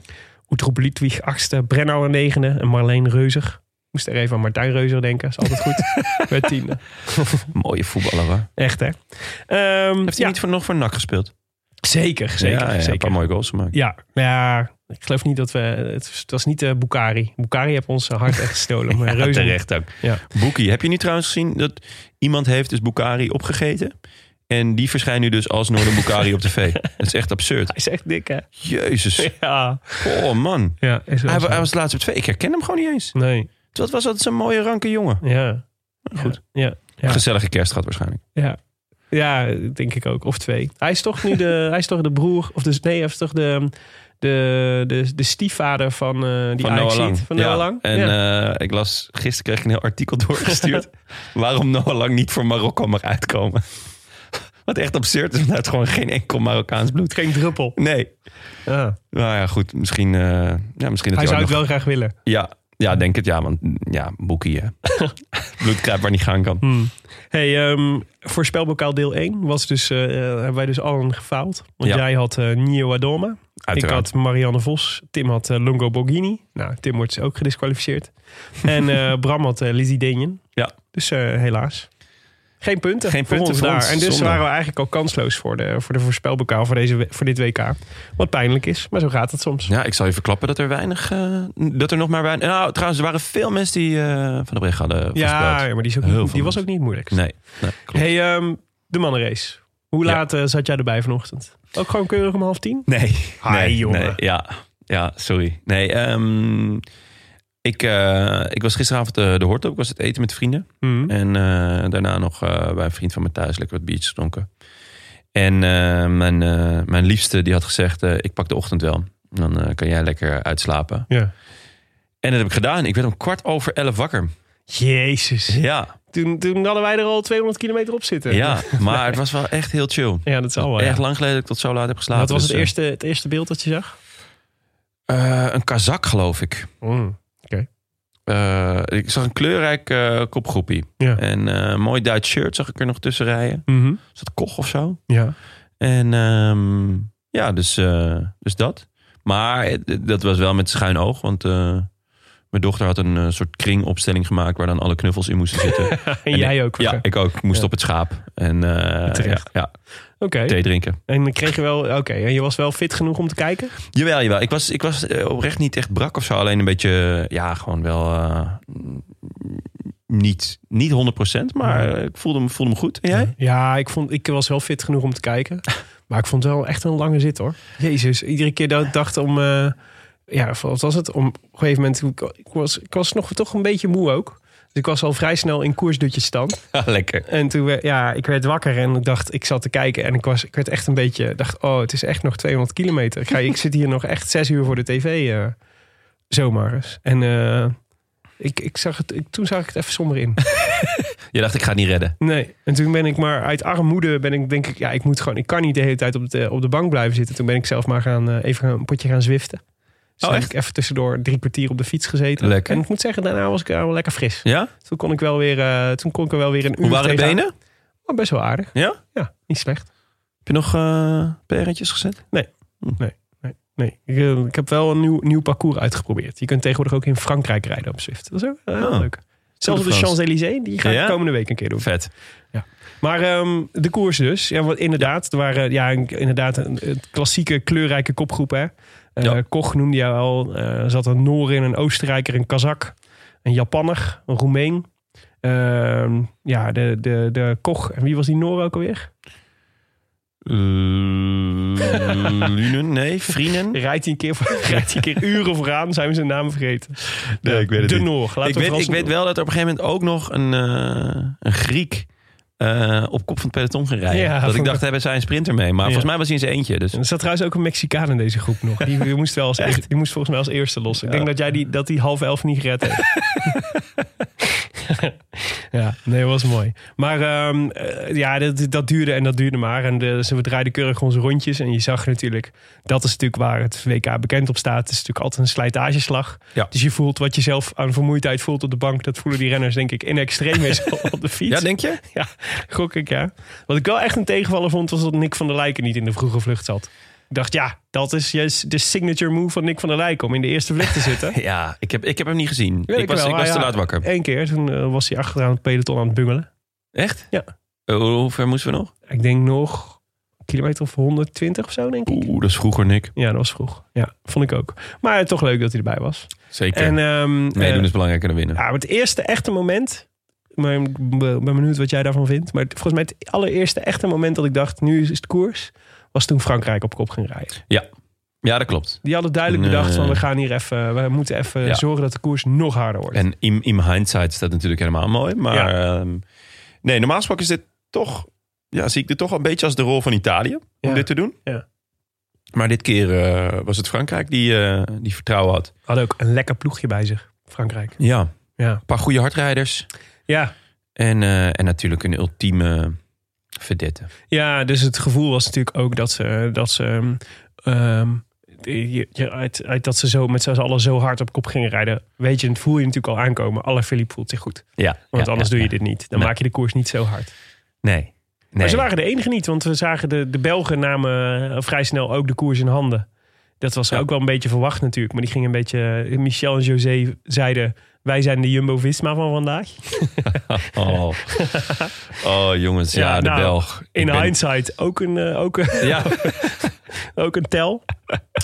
Oetroep Ludwig achtste, Brennauer negende en Marleen Reuzer. Moest er even aan Martijn Reuzer denken, is altijd goed. Werd tiende. Mooie voetballer, hoor. Echt hè? Ehm, Heeft hij ja, niet voor, nog voor NAC gespeeld? zeker, zeker, ja, ja, Een zeker. paar mooie goals gemaakt. Ja, nou ja, ik geloof niet dat we. Het, was- het was niet eh Bukari. Bukari heeft ons eh, hart echt gestolen. Maar Ja, Reuzen- terecht ook. Ja. Boekie, heb je nu trouwens gezien dat iemand heeft dus Bukari opgegeten? En die verschijnt nu dus als Noorden Bukari op tv. Dat is echt absurd. Hij is echt dik, hè? Jezus. Ja, Oh man. ja is wel Hij, wa- zo. hij was laatst op tv. Ik herken hem gewoon niet eens. Nee, Dat was altijd zo'n mooie, ranke jongen. ja. Goed. Ja, ja. Gezellige kerst gehad waarschijnlijk. ja. Ja, denk ik ook. Of twee. Hij is toch nu de, hij is toch de broer, of dus nee, hij is toch de, de, de, de stiefvader van eh die Van Noah Ajaxiet, Lang. Van Ja. Noah Lang. En ja. eh, ik las, gisteren kreeg ik een heel artikel doorgestuurd. waarom Noah Lang niet voor Marokko mag uitkomen. Wat echt absurd is, omdat het gewoon geen enkel Marokkaans bloed. Geen druppel. Nee. Ja. Nou ja, goed. Misschien, eh, ja, misschien dat hij, Hij zou ook het nog- wel graag willen. Ja, ja, denk het ja. Want mm, ja, boekie hè. Bloedkruip waar niet gaan kan. Hey, ehm voorspelbokaal deel 1 was dus, eh, eh, hebben wij dus allen gefaald. Want Ja. jij had eh Nio Adoma. Uiteraard. Ik had Marianne Vos. Tim had eh, Longo Borghini. Nou, Tim wordt dus ook gedisqualificeerd. en eh, Bram had eh, Lizzie Denjen. Ja. Dus eh, helaas. Geen punten, Geen punten ons voor daar. ons, en dus zonde. waren we eigenlijk al kansloos voor de, voor de voorspelbokaal voor, deze, we- voor dit WK. Wat pijnlijk is, maar zo gaat het soms. Ja, ik zal je verklappen dat er weinig... eh, dat er nog maar weinig... Nou, trouwens, er waren veel mensen die eh, Van de Breg hadden Ja, voorspeld. maar die, is ook Heel niet, veel die was mensen. ook niet moeilijk. Nee, nee, klopt. Hey, ehm, de mannenrace. Hoe Ja. laat eh, zat jij erbij vanochtend? Ook gewoon keurig om half tien? Nee. Hi, nee, jongen. nee, ja, ja, sorry. Nee, ehm, ik, eh, ik was gisteravond eh, de hort op. Ik was het eten met vrienden. Mhm. En eh, daarna nog eh, bij een vriend van me thuis lekker wat biertjes dronken. En eh, mijn, eh, mijn liefste die had gezegd, eh, ik pak de ochtend wel. Dan eh, kan jij lekker uitslapen. Ja. En dat heb ik gedaan. Ik werd om kwart over elf wakker. Jezus. Ja, Toen, toen hadden wij er al 200 kilometer op zitten. ja. maar het was wel echt heel chill. Ja, dat eh, zal wel. Oh, ja. Echt lang geleden dat ik tot zo laat heb geslapen. Wat was Dus, het eh, eerste, het eerste beeld dat je zag? eh, een kazak, geloof ik. Eh, ik zag een kleurrijk eh, kopgroepie. Ja. En eh, een mooi Duits shirt zag ik er nog tussen rijden. Mhm. Is dat Koch of zo? Ja. En ehm, ja, dus, eh, dus dat. Maar eh, dat was wel met schuin oog. Want eh, mijn dochter had een eh, soort kringopstelling gemaakt... waar dan alle knuffels in moesten zitten. En, En jij ik- ook. Ja, Oké. ik ook. Ik moest Ja. op het schaap. En eh, Terecht. Ja, ja, Oké. thee drinken. En dan kreeg je wel... Oké. En je was wel fit genoeg om te kijken? Jawel, jawel. Ik was, ik was eh, oprecht niet echt brak of zo. Alleen een beetje, ja, gewoon wel... eh, mm, niet, niet 100%, maar eh, ik voelde me, voelde me goed. En jij? Ja, ik, vond, ik was wel fit genoeg om te kijken. Maar ik vond het wel echt een lange zit hoor. Jezus, iedere keer dat ik dacht om... eh, ja, wat was het? Om, op een gegeven moment, ik- ik was, ik was nog toch een beetje moe ook. Dus ik was al vrij snel in koersdutje stand. Ah, Lekker. En toen, we- ja, ik werd wakker en ik dacht, ik zat te kijken. En ik, was, ik werd echt een beetje, dacht, oh, het is echt nog 200 kilometer. Ik, ga, ik zit hier nog echt zes uur voor de tv eh, zomaar eens. En eh, ik, ik zag het, ik- toen zag ik het even somber in. Je dacht, ik ga het niet redden. Nee, en toen ben ik maar uit armoede ben ik denk ik, ja, ik moet gewoon, ik kan niet de hele tijd op de, op de bank blijven zitten. Toen ben ik zelf maar gaan eh, even een potje gaan zwiften. Dus Oh, heb echt? ik even tussendoor drie kwartier op de fiets gezeten. Lekker. En ik moet zeggen, daarna was ik eh, wel lekker fris. Ja? Toen kon ik wel weer, eh, toen kon ik er wel weer een uur Hoe waren de tegenaan. benen? Maar best wel aardig. Ja? Ja, niet slecht. Heb je nog eh perentjes gezet? Nee, ik, eh, ik heb wel een nieuw, nieuw parcours uitgeprobeerd. Je kunt tegenwoordig ook in Frankrijk rijden op Zwift. Dat is ook eh, heel Oh. leuk. Zelfs op de France. Champs-Élysées, die ga ik Ja? komende week een keer doen. Vet. Maar ehm, de koers dus. Ja, want inderdaad, er waren ja, een- inderdaad een, een klassieke kleurrijke kopgroep. Hè? Eh, Ja. Koch noemde jij al. eh, Er zat een Noor in, een Oostenrijker, een Kazak, een Japanner, een Roemeen. Ehm, ja, de, de, de Koch. En wie was die Noor ook alweer? Eh, Lunen? Nee, vrienden? Rijdt hij een keer, voor- rijdt hij een keer uren vooraan, zijn we zijn naam vergeten. Nee, ik weet het de niet. Noor. Laten Ik we weet, vooral ik weet wel dat er op een gegeven moment ook nog een, eh, een Griek eh, op kop van het peloton ging rijden. Ja, dat ik vond dacht, ik- hebben zij een sprinter mee? Maar Ja. volgens mij was hij in zijn eentje. Dus. Er zat trouwens ook een Mexicaan in deze groep nog. Die, die moest, wel als eerste, die moest volgens mij als eerste los. Ik denk dat jij die, dat die half elf niet gered heeft. ja, nee, was mooi. Maar ehm, eh, ja, dat, dat duurde en dat duurde maar. En de, ze- we draaiden keurig onze rondjes. En je zag natuurlijk, dat is natuurlijk waar het WK bekend op staat. Het is natuurlijk altijd een slijtageslag. Ja. Dus je voelt wat je zelf aan vermoeidheid voelt op de bank. Dat voelen die renners denk ik in extremis op de fiets. Ja, denk je? Ja, gok ik ja. Wat ik wel echt een tegenvaller vond, was dat Nick van der Lijken niet in de vroege vlucht zat. Ik dacht, ja, dat is juist de signature move van Nick van der Lijken om in de eerste vlucht te zitten. Ja, ik heb, ik heb hem niet gezien. Weet ik was, wel, ik was ah, te ja. laat wakker. Eén keer, toen eh, was hij achteraan het peloton aan het bungelen. Echt? Ja. Eh, Hoe hoe ver moesten we nog? Ik denk nog een kilometer of 120 of zo, denk ik. Oeh, dat is vroeger, Nick. Ja, dat was vroeg. Ja, vond ik ook. Maar toch leuk dat hij erbij was. Zeker. En, ehm, Meedoen eh, is belangrijker dan winnen. Ja, maar het eerste echte moment. Maar ik ben benieuwd wat jij daarvan vindt. Maar het- volgens mij het allereerste echte moment dat ik dacht, nu is het koers, was toen Frankrijk op kop ging rijden. Ja, dat klopt. Die hadden duidelijk Nee. bedacht van we gaan hier even, we moeten even Ja. zorgen dat de koers nog harder wordt. En in, in hindsight staat natuurlijk helemaal mooi. Maar Ja. ehm, nee, normaal gesproken is dit toch... Ja, zie ik dit toch een beetje als de rol van Italië. Om Ja. dit te doen. Ja. Maar dit keer eh, was het Frankrijk die, eh, die vertrouwen had. Hadden ook een lekker ploegje bij zich, Frankrijk. Ja. Ja. Een paar goede hardrijders. Ja, En, eh, en natuurlijk een ultieme vedette. ja dus het gevoel was natuurlijk ook dat ze, dat ze ehm, ehm, je- je- uit, uit dat ze zo met z'n allen zo hard op kop gingen rijden. Weet je, het voel je natuurlijk al aankomen. Alle Philippe voelt zich goed. Ja. Want ja, anders ja, doe je ja. dit niet. Dan Nee. maak je de koers niet zo hard. Nee. nee. Maar ze waren de enige niet, want we zagen de, de Belgen namen eh, vrij snel ook de koers in handen. Dat was Ja. ook wel een beetje verwacht natuurlijk. Maar die gingen een beetje... eh, Michel en José zeiden... Wij zijn de Jumbo-Visma van vandaag. Oh, oh jongens, ja, Ja, de nou, Belg. Ik In ben- hindsight ook een, eh, ook, een- Ja, ook een tel.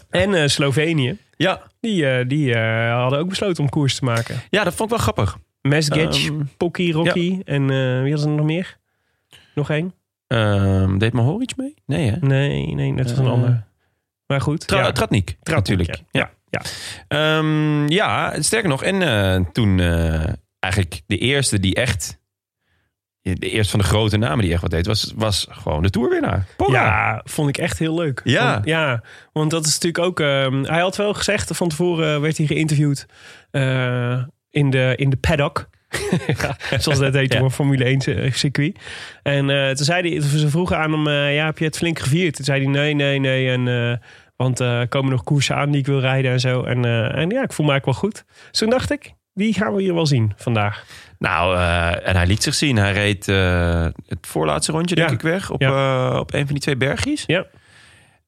En eh, Slovenië. ja. Die, eh, die eh, hadden ook besloten om koers te maken. ja, dat vond ik wel grappig. Mesgetch, Ehm, Pocky, Rocky. En eh, wie hadden er nog meer? Nog één? Ehm, deed Mahor iets mee? Nee, hè? Nee, nee, dat was een Eh, ander. Maar goed. Tra ja. Tratnik, natuurlijk. ja. Ja. Ja. Ehm, ja, sterker nog. En eh, toen eh, eigenlijk de eerste die echt de eerste van de grote namen die echt wat deed, was, was gewoon de toerwinnaar. Ja. Ja, vond ik echt heel leuk. Ja. Want, ja, want dat is natuurlijk ook... ehm, hij had wel gezegd, van tevoren eh, werd hij geïnterviewd eh, in, de, in de paddock. Ja, Zoals dat heet Ja. voor Formule 1 eh, circuit. En eh, toen zei hij, toen ze vroegen aan hem, eh, ja, heb je het flink gevierd? Toen zei hij, nee, nee, nee. En, eh, want eh, er komen nog koersen aan die ik wil rijden en zo. En, eh, en ja, ik voel me eigenlijk wel goed. Dus toen dacht ik, die gaan we hier wel zien vandaag. Nou, eh, en hij liet zich zien. Hij reed eh, het voorlaatste rondje, denk Ja. ik, weg. Op, eh, op een van die twee bergjes. Ja.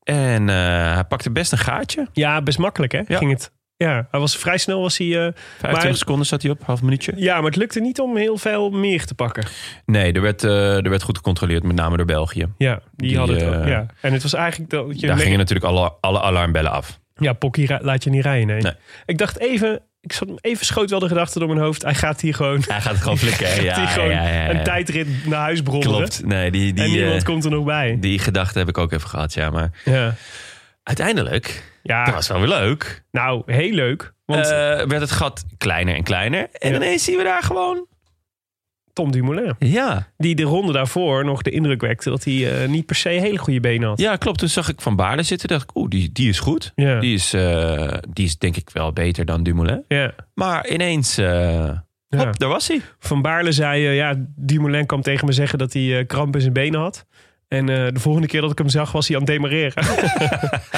En eh, hij pakte best een gaatje. Ja, best makkelijk hè, Ja. ging het. Ja, hij was vrij snel, was hij... eh, 25 Maar- seconden zat hij op, half minuutje. ja, maar het lukte niet om heel veel meer te pakken. Nee, er werd, eh, er werd goed gecontroleerd, met name door België. Ja, die, Die, hadden het ook. eh, Ja. En het was eigenlijk dat je. Daar merkt- gingen natuurlijk alle, alle alarmbellen af. Ja, Pocky ra- laat je niet rijden. Nee. Nee. Ik dacht even, ik zat even schoot wel de gedachte door mijn hoofd. Hij gaat hier gewoon, Hij gaat het gewoon flikken. gaat ja, hier gewoon ja, ja, ja. een tijdrit naar huis brommelen. Klopt. Nee, die, en die, niemand eh, komt er nog bij. die gedachte heb ik ook even gehad, ja. Maar ja. uiteindelijk, Ja, dat was Eh, wel weer leuk. nou, heel leuk. Ah. Want Want werd het gat kleiner en kleiner. En Ja. ineens zien we daar gewoon... Tom Dumoulin, Ja. die de ronde daarvoor nog de indruk wekte dat hij eh, niet per se hele goede benen had. ja, klopt. Toen zag ik Van Baarle zitten. dacht ik, oeh, die, die is goed. Ja. Die, is, eh, die is denk ik wel beter dan Dumoulin. Ja. Maar ineens, eh, Ja. hop, daar was hij. Van Baarle zei, eh, ja, Dumoulin kwam tegen me zeggen dat hij eh, kramp in zijn benen had. En eh, de volgende keer dat ik hem zag, was hij aan het demareren.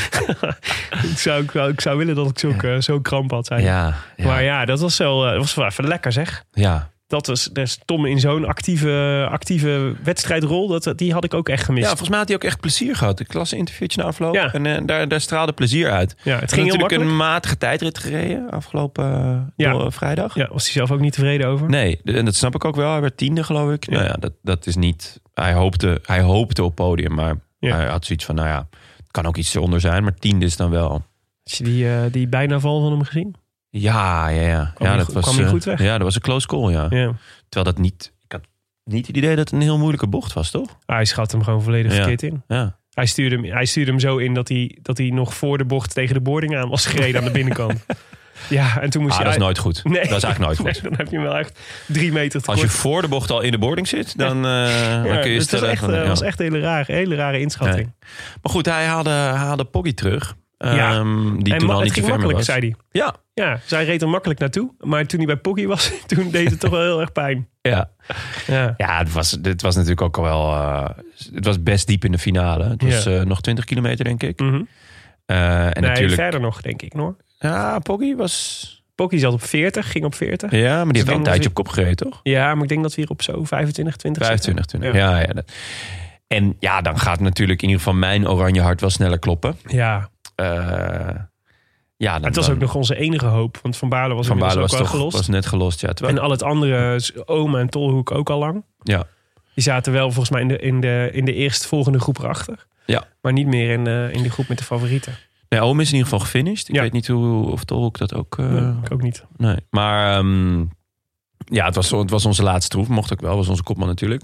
ik, zou, ik, zou, ik zou willen dat ik zo'n eh, zo'n kramp had. Zei. hij. Ja, ja, Maar ja, dat was wel, eh, dat was wel even lekker zeg. ja. Dat was, dat is Tom in zo'n actieve, actieve wedstrijdrol, dat, eh, die had ik ook echt Ja, gemist. volgens mij had hij ook echt plezier gehad. Ik las een interviewtje na afloop Ja. en eh, daar, daar straalde plezier uit. Ja, het Het ging ging natuurlijk heel makkelijk. een matige tijdrit gereden afgelopen eh, Ja. door- vrijdag. Ja, was hij zelf ook niet tevreden over? Nee, en dat snap ik ook wel. Hij werd tiende, geloof ik. Nou ja, dat, dat is niet... Hij hoopte, hij hoopte op podium, maar Ja. hij had zoiets van... Nou ja, het kan ook iets eronder zijn, maar tiende is dan wel... Had je die, eh, die bijna val van hem gezien? Ja, ja, ja. Kwam ja, hij dat goed- was, kwam hij eh, goed weg? Ja, dat was een close call, ja. Ja. Terwijl dat niet... Ik had niet het idee dat het een heel moeilijke bocht was, toch? Ah, Hij schat hem gewoon volledig Ja. verkeerd in. Ja. Hij stuurde hem, hij stuurde hem zo in dat hij, dat hij nog voor de bocht tegen de boarding aan was gereden aan de binnenkant. Ja, en toen moest Ah, hij... dat is nooit goed. Nee. Dat is eigenlijk nooit goed. Nee, dan heb je hem wel echt drie meter te Als je kort. voor de bocht al in de boarding zit, dan, eh, dan Ja, kun je dus dat stellen... was echt, van, eh, ja. was echt een hele rare, hele rare inschatting. Maar goed, hij haalde, haalde Poggy terug. Ja. Ehm, die en toen ma- al het niet te ging ver meer makkelijk, was. zei hij. Ja, Ja, zij reed er makkelijk naartoe. Maar toen hij bij Poggy was, toen deed het toch wel heel erg pijn. ja. Ja, ja het, was, het was natuurlijk ook al wel... eh, het was best diep in de finale. Het was Ja. eh, nog 20 kilometer, denk ik. Mhm. Eh, en nee, natuurlijk... verder nog, denk ik. hoor. Ja, Poggy was... Poggy zat op 40, ging op 40. Ja, maar die heeft wel denk een dat tijdje ik- op kop gereden, toch? Ja, maar ik denk dat we hier op zo 25, 20 zitten. 25, 20. Ja, ja. dat- En ja, dan gaat natuurlijk in ieder geval mijn oranje hart wel sneller kloppen. Ja, Eh, ja, dan, maar het was dan- ook nog onze enige hoop. Want Van Baarle was Van inmiddels Baarle was ook wel toch gelost. was net gelost. Ja, terwijl, En al het andere, s- Oma en Tolhoek ook al lang. ja. Die zaten wel volgens mij in de, in de, in de eerstvolgende groep erachter. Ja. Maar niet meer in de, in de groep met de favorieten. Nee, Oom is in ieder geval gefinished. Ik Ja. weet niet hoe, of Tolhoek dat ook... eh, ik ook niet. Nee, maar ehm, ja, het was, het was onze laatste troef. Mocht ook wel, was onze kopman natuurlijk.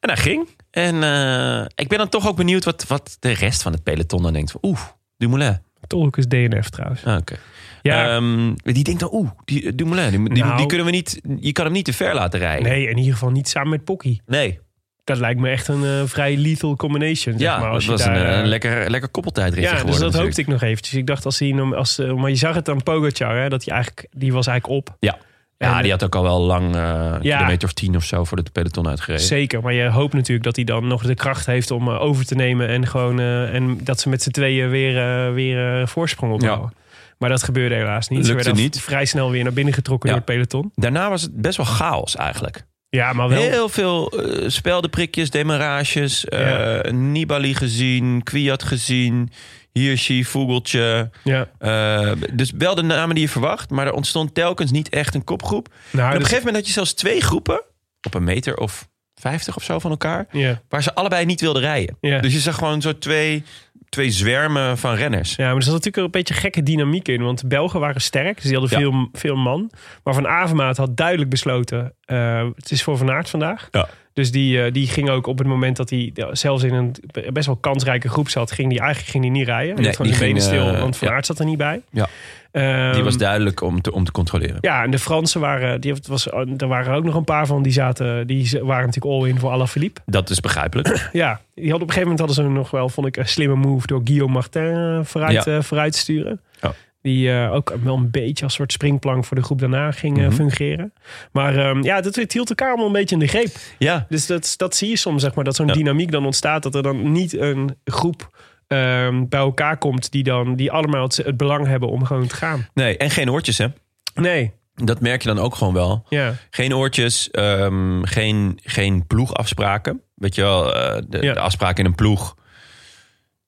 En hij ging. En eh, ik ben dan toch ook benieuwd wat, wat de rest van het peloton dan denkt. van, Oeh, Dumoulin. Tolhoek is DNF trouwens. Ah, Oké. Ja, Ehm, die denkt dan, oeh, die, eh, Dumoulin, die, die, Nou. die kunnen we niet, je kan hem niet te ver laten rijden. nee, in ieder geval niet samen met Pocky. Nee. Dat lijkt me echt een eh, vrij lethal combination. Zeg Ja, maar, als dat je was daar, een, eh, eh, lekker, lekker koppeltijdritje Ja, dus dat geworden hoopte ik nog eventjes. Ik dacht als hij... hem- Als, eh, maar je zag het aan Pogacar, hè, dat hij eigenlijk, die was eigenlijk op. Ja. Ja, En- die had ook al wel lang, eh, een Ja. kilometer of tien of zo, voordat de peloton uitgereden. Zeker, maar je hoopt natuurlijk dat hij dan nog de kracht heeft om eh, over te nemen. En, gewoon, eh, en dat ze met z'n tweeën weer, eh, weer eh, voorsprong opbouwen. Maar dat gebeurde helaas niet. Ze Lukte werden niet. vrij snel weer naar binnen getrokken Ja. door het peloton. Daarna was het best wel chaos eigenlijk. Ja, maar Ah, wel. Heel veel eh speldenprikjes, demarages. eh, Ja. Nibali gezien, Kwiat gezien. Hirschi, Vogeltje. Ja. Eh, dus wel de namen die je verwacht. Maar er ontstond telkens niet echt een kopgroep. En Nou, op een dat- gegeven moment had je zelfs twee groepen. Op een meter of vijftig of zo van elkaar. ja. Waar ze allebei niet wilden rijden. Ja. Dus je zag gewoon zo twee, twee zwermen van renners. ja, maar er zat natuurlijk een beetje gekke dynamiek in. Want de Belgen waren sterk, dus die hadden Ja. veel, veel man. Maar Van Avermaat had duidelijk besloten... eh, het is voor Van Aert vandaag. Ja. Dus die, eh, die ging ook op het moment dat hij ja, zelfs in een best wel kansrijke groep zat, ging die eigenlijk ging die niet rijden. Hij Nee, had gewoon die zijn benen ging, stil, eh, want Van ja. Aert zat er niet bij. Ja. Ehm, Die was duidelijk om te, om te controleren. ja, en de Fransen waren, die, het was, eh, er waren er ook nog een paar van, die, zaten, die waren natuurlijk all-in voor Alaphilippe. Dat is begrijpelijk. Ja, die hadden op een gegeven moment hadden ze nog wel, vond ik, een slimme move door Guillaume Martin eh, vooruit, Ja. eh, vooruit te sturen. Ja. Die eh, ook wel een beetje als soort springplank voor de groep daarna ging eh, Mhm. fungeren. Maar ehm, ja, dat, het hield elkaar allemaal een beetje in de greep. Ja, Dus dat, dat zie je soms, zeg maar, dat zo'n Ja. dynamiek dan ontstaat. Dat er dan niet een groep ehm, bij elkaar komt die dan die allemaal het, het belang hebben om gewoon te gaan. nee. En geen oortjes, hè? Nee, Dat merk je dan ook gewoon wel. ja. Geen oortjes, ehm, geen, geen ploegafspraken. Weet je wel, eh, de, Ja. de afspraken in een ploeg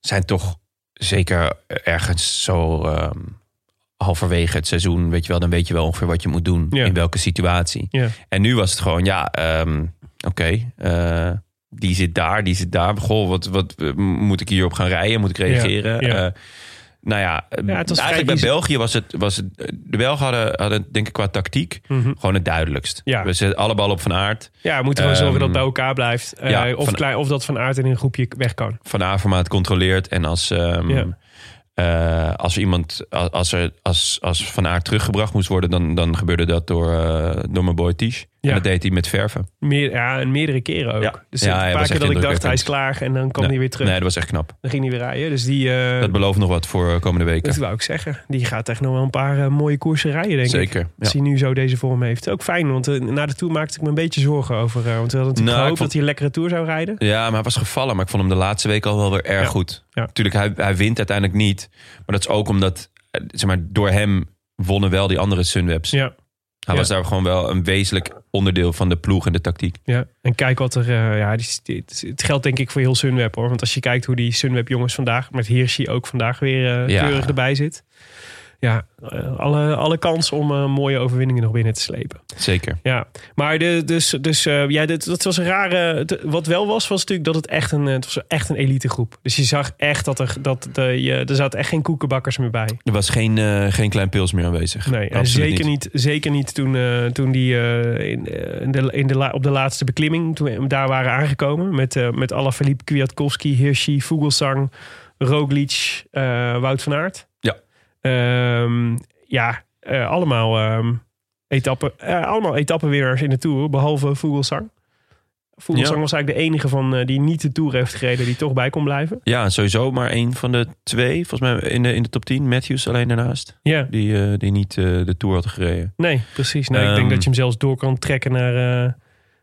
zijn toch zeker ergens zo ehm, halverwege het seizoen. Weet je wel, dan weet je wel ongeveer wat je moet doen. Ja. In welke situatie. ja. En nu was het gewoon, ja, ehm, oké. eh, die zit daar, die zit daar. Goh, wat, wat eh, moet ik hierop gaan rijden? Moet ik reageren? ja. Eh, nou ja, eh, was vrij eigenlijk bij easy. België was het... Was het de Belgen hadden, hadden denk ik qua tactiek gewoon het duidelijkst. Hm. Ja. We zetten alle ballen op Van Aert. Mhm. Ja, we moeten gewoon zorgen dat Ehm, het bij elkaar blijft. Eh, ja, of, van- klein, of dat van aard in een groepje weg kan. Van Avermaat controleert. En als, ehm, Ja. eh, als er iemand, als, als, er, als, als Van Aert teruggebracht moest worden... dan, dan gebeurde dat door, eh, door mijn boy Ties. Ja. En dat deed hij met verven. Meer, ja, en meerdere keren ook. Ja. Dus Ja, een hij paar was keer echt dat ik dacht, hij is indrukwekkend. klaar. En dan kwam Nee. hij weer terug. Nee, dat was echt knap. Dan ging hij weer rijden. Dus die, eh, Dat belooft nog wat voor eh, komende weken. dat wou ik zeggen. Die gaat echt nog wel een paar eh, mooie koersen rijden, denk ik. Zeker, ja. Als hij nu zo deze vorm heeft. Ook fijn, want eh, na de Tour maakte ik me een beetje zorgen over. eh, want we hadden natuurlijk Nou, ik gehoopt vond- dat hij een lekkere Tour zou rijden. Ja, maar hij was gevallen. Maar ik vond hem de laatste week al wel weer erg Ja. goed. Ja. Natuurlijk, hij, hij wint uiteindelijk niet. Maar dat is ook omdat, eh, zeg maar, door hem wonnen wel die andere Sunwebs. Ja, Hij ja. was daar gewoon wel een wezenlijk onderdeel van de ploeg en de tactiek. ja. En kijk wat er... eh, ja, die- die- het- het geldt denk ik voor heel Sunweb, hoor. Want als je kijkt hoe die Sunweb-jongens vandaag... met Hirschi ook vandaag weer eh, Ja. keurig erbij zit. Ja, eh, alle, alle kans om eh, mooie overwinningen nog binnen te slepen. Zeker. Ja, maar de, dus, dus eh, ja, dit, dat was een rare. de- wat wel was, was natuurlijk dat het echt een, eh, het was echt een elite groep. Dus je zag echt dat er, dat de, je, er zaten echt geen koekenbakkers meer bij. Er was geen, eh, geen klein pils meer aanwezig. Nee, en Absoluut zeker niet. zeker niet toen, eh, toen die eh, in, eh, in de, in de, la- op de laatste beklimming, toen we daar waren aangekomen met, eh met Alaphilippe, Kwiatkowski, Hirschi, Vogelsang, Roglic, eh, Wout van Aert. Ja. Ehm, ja, eh, allemaal, ehm etappen, eh, allemaal etappenwinnaars in de Tour, behalve Vogelsang. Vogelsang Ja. was eigenlijk de enige van eh, die niet de Tour heeft gereden, die toch bij kon blijven. Ja, sowieso maar één van de twee. Volgens mij in de, in de top 10. Matthews alleen daarnaast. Ja, Die, eh, die niet eh, de Tour had gereden. Nee, precies. Nou, ik denk Ehm, dat je hem zelfs door kan trekken naar eh,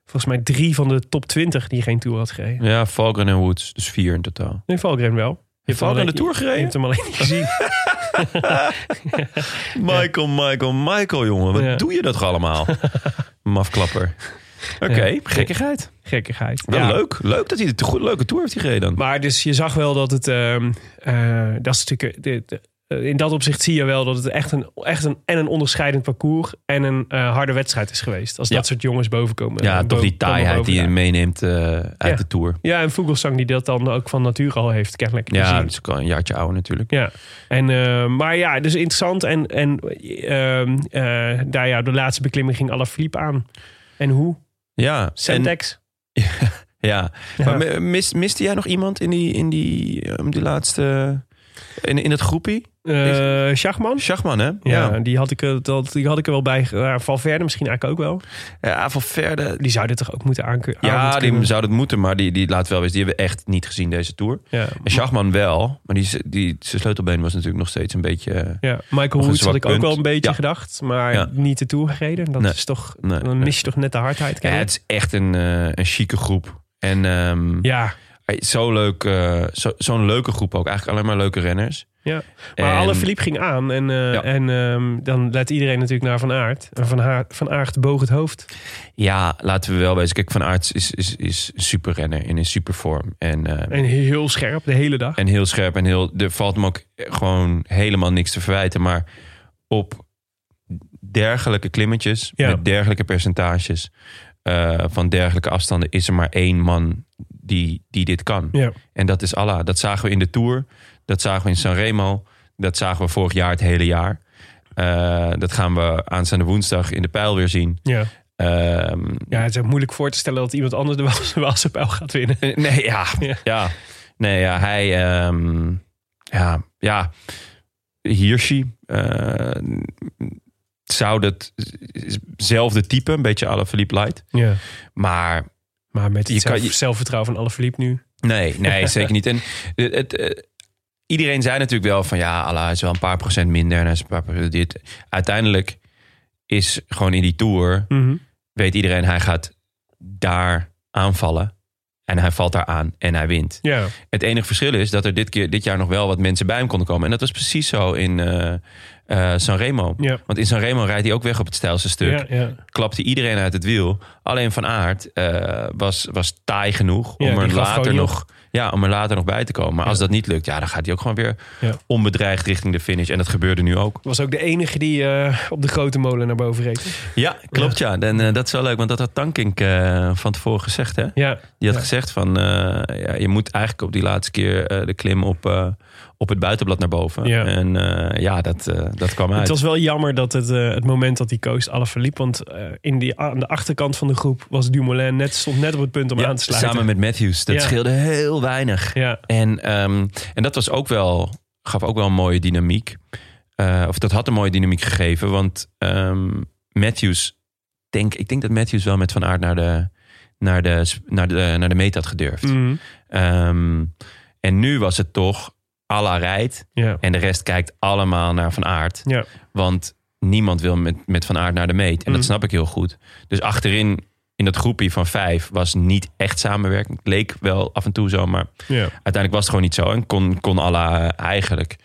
volgens mij drie van de top 20 die geen Tour had gereden. Ja, Valgren en Woods. Dus vier in totaal. Nee, Valgren wel. Je hebt hem Valgren alleen- de Tour gereden? Je hebt hem alleen niet gezien. Michael, Michael, Michael, jongen. Wat Ja. doe je dat toch allemaal? Mafklapper. Oké, Ja. gekkigheid. Gekkigheid. Wel Ja. leuk. Leuk dat hij de to- leuke tour heeft gereden dan. Maar dus je zag wel dat het... ehm, eh, dat is natuurlijk... de- de- eh, in dat opzicht zie je wel dat het echt een, echt een, en een onderscheidend parcours en een eh, harde wedstrijd is geweest. Als Ja. dat soort jongens bovenkomen. ja, eh, toch die boven- komen taaiheid die je bovenaan. meeneemt eh, uit Ja. de tour. Ja, en Vogelsang die dat dan ook van natuur al heeft kennelijk. Ja, gezien. dat is ook al een jaartje ouder natuurlijk. Ja, en, eh, maar ja, dus interessant. En, en ehm, eh, daar, ja, de laatste beklimming ging Alaphilippe aan. En hoe? Ja, en, Sentex. ja. maar mi- mis, miste jij nog iemand in die, in die, ehm, die laatste... In, in het groepie? Eh Schachman? Schachman, hè? Ja, Ja, Die, had ik, er- dat, die had ik er wel bij. ge- ja, Valverde misschien eigenlijk ook wel. ja van verder... Die zou dit toch ook moeten aankunnen? Ja, die zou dat moeten, maar die, die laat wel weten. Die hebben we echt niet gezien deze tour. Ja. En Schachman wel, maar die, die, zijn sleutelbeen was natuurlijk nog steeds een beetje... eh, Ja, Michael een Woods had zwak ik ook punt. wel een beetje Ja. gedacht. Maar Ja. niet de Tour gereden. Dat Nee. is toch, Nee, dan mis je toch net de hardheid. Ja, het is echt een, eh, een chique groep. En ehm, ja. zo leuk, eh, zo- zo'n leuke groep ook. Eigenlijk alleen maar leuke renners. Ja, maar En- alle verliep ging aan. En, eh, Ja. en ehm, dan let iedereen natuurlijk naar Van Aert. En Van, Haar- van Aert boog het hoofd. Ja, laten we wel wezen. Kijk, Van Aert is, is, is een super renner in een super vorm. En, eh, En heel scherp de hele dag. en heel scherp. En heel, er valt hem ook gewoon helemaal niks te verwijten. Maar op dergelijke klimmetjes, Ja. met dergelijke percentages... eh, van dergelijke afstanden is er maar één man die, die dit kan. Ja. En dat is Allah. Dat zagen we in de Tour. Dat zagen we in Sanremo. Dat zagen we vorig jaar het hele jaar. Eh, dat gaan we aanstaande woensdag in de pijl weer zien. Ja. Ehm, Ja, het is ook moeilijk voor te stellen dat iemand anders de Waalse- Waalse pijl gaat winnen. eh, nee, ja, Ja. ja. Nee, ja, hij... ehm, ja, ja. Hirschi eh, zou dat zelfde type, een beetje à la Philippe Light. Ja. Maar Maar met het Je kan- zelf- je- zelfvertrouwen van Alaphilippe nu. Nee, nee, zeker niet. En het, het, eh, iedereen zei natuurlijk wel van ja, Allah is wel een paar procent minder en hij is een paar procent dit. Uiteindelijk is gewoon in die tour Mhm. weet iedereen hij gaat daar aanvallen en hij valt daar aan en hij wint. Ja. Het enige verschil is dat er dit keer dit jaar nog wel wat mensen bij hem konden komen en dat was precies zo in eh eh Sanremo. Ja. Want in Sanremo rijdt hij ook weg op het stijlste stuk Ja, ja. klapte iedereen uit het wiel. Alleen Van Aert eh, was, was taai genoeg Ja, om, die er gaf later gewoon niet nog, ja, om er later nog bij te komen. Maar als dat niet lukt, ja, dan gaat hij ook gewoon weer Ja. onbedreigd richting de finish. En dat gebeurde nu ook. Was ook de enige die eh, op de grote molen naar boven reed. Ja, klopt ja. En eh, dat is wel leuk, want dat had Tankink eh, van tevoren gezegd. Hè? Ja. Die had Ja. gezegd van, eh, ja, je moet eigenlijk op die laatste keer eh, de klim op, eh, op het buitenblad naar boven. Ja. En eh, ja, dat, eh, dat kwam uit. Het was wel jammer dat het, eh, het moment dat hij koos Alaphilippe. Want eh, in die, aan de achterkant van de groep was Dumoulin net, stond net op het punt om Ja, aan te sluiten. samen met Matthews. Dat Ja. scheelde heel weinig. Ja. En, ehm, en dat was ook wel, gaf ook wel een mooie dynamiek. Eh, of dat had een mooie dynamiek gegeven. Want ehm, Matthews, denk, ik denk dat Matthews wel met Van Aert naar de, naar de, s- naar de, naar de meet had gedurfd. Mhm. Ehm, en nu was het toch, Alla rijdt Ja. en de rest kijkt allemaal naar Van Aert. Ja. Want niemand wil met, met Van Aert naar de meet. En dat Mm. snap ik heel goed. Dus achterin, in dat groepje van vijf, was niet echt samenwerking. Het leek wel af en toe zo, maar Ja. uiteindelijk was het gewoon niet zo. En kon, kon Alla eh, eigenlijk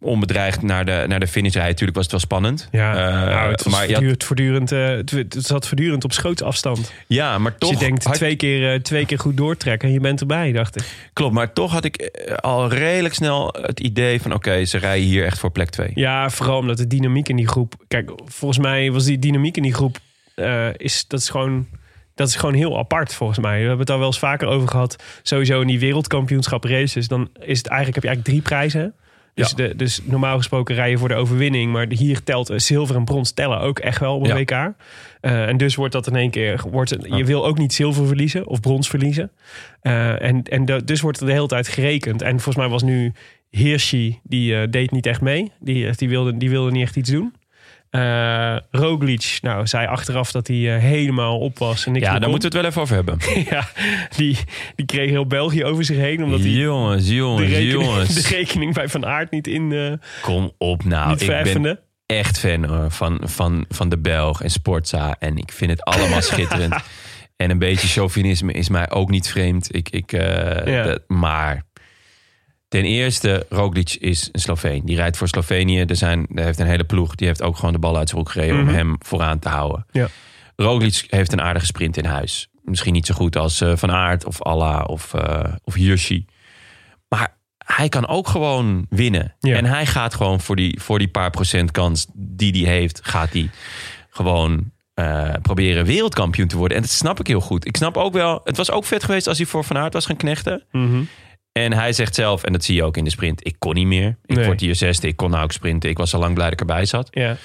onbedreigd naar de, naar de finish rijden. Tuurlijk was het wel spannend. Ja, Eh, nou, het, was maar ja, voortdurend, voortdurend, eh, het, het zat voortdurend op schootsafstand. ja, maar dus toch... je denkt had- twee, keer, eh, twee keer goed doortrekken en je bent erbij, dacht ik. Klopt, maar toch had ik eh, al redelijk snel het idee van... oké, ze rijden hier echt voor plek twee. Ja, vooral omdat de dynamiek in die groep... Kijk, volgens mij was die dynamiek in die groep... eh, is, dat, is gewoon, dat is gewoon heel apart, volgens mij. We hebben het daar wel eens vaker over gehad. Sowieso in die wereldkampioenschap races... dan is het eigenlijk, heb je eigenlijk drie prijzen. Dus, Ja. de, dus normaal gesproken rij je voor de overwinning. Maar hier telt eh, zilver en brons tellen ook echt wel op een Ja. WK. Eh, en dus wordt dat in één keer... Wordt het, je wil ook niet zilver verliezen of brons verliezen. Eh, en en da- dus wordt er de hele tijd gerekend. En volgens mij was nu Hirschi, die eh, deed niet echt mee. Die, eh, die, wilde, die wilde niet echt iets doen. Eh Roglic, nou, zei achteraf dat hij eh, helemaal op was. En niks Ja, meer daar kon. moeten we het wel even over hebben. ja, die, die kreeg heel België over zich heen. Omdat hij Jongens, de jongens, rekening, jongens. de rekening bij Van Aert niet, in, eh Kom op nou. niet ik ben verheffende. echt fan hoor, van, van, van de Belg en Sportza. En ik vind het allemaal schitterend. En een beetje chauvinisme is mij ook niet vreemd. Ik, ik, eh, Ja. dat- maar ten eerste, Roglic is een Sloveen. Die rijdt voor Slovenië. Er zijn, hij heeft een hele ploeg. Die heeft ook gewoon de bal uit zijn broek gereden Mhm. om hem vooraan te houden. Ja. Roglic heeft een aardige sprint in huis. Misschien niet zo goed als eh, Van Aert of Allah of, eh of Hirschi. Maar hij kan ook gewoon winnen. Ja. En hij gaat gewoon voor die, voor die paar procent kans die hij heeft, gaat hij gewoon eh, proberen wereldkampioen te worden. En dat snap ik heel goed. Ik snap ook wel, het was ook vet geweest als hij voor Van Aert was gaan knechten. Mhm, En hij zegt zelf, en dat zie je ook in de sprint, ik kon niet meer. Ik Nee. word hier zesde, ik kon nou ook sprinten. Ik was al lang blij dat ik erbij zat. Ja.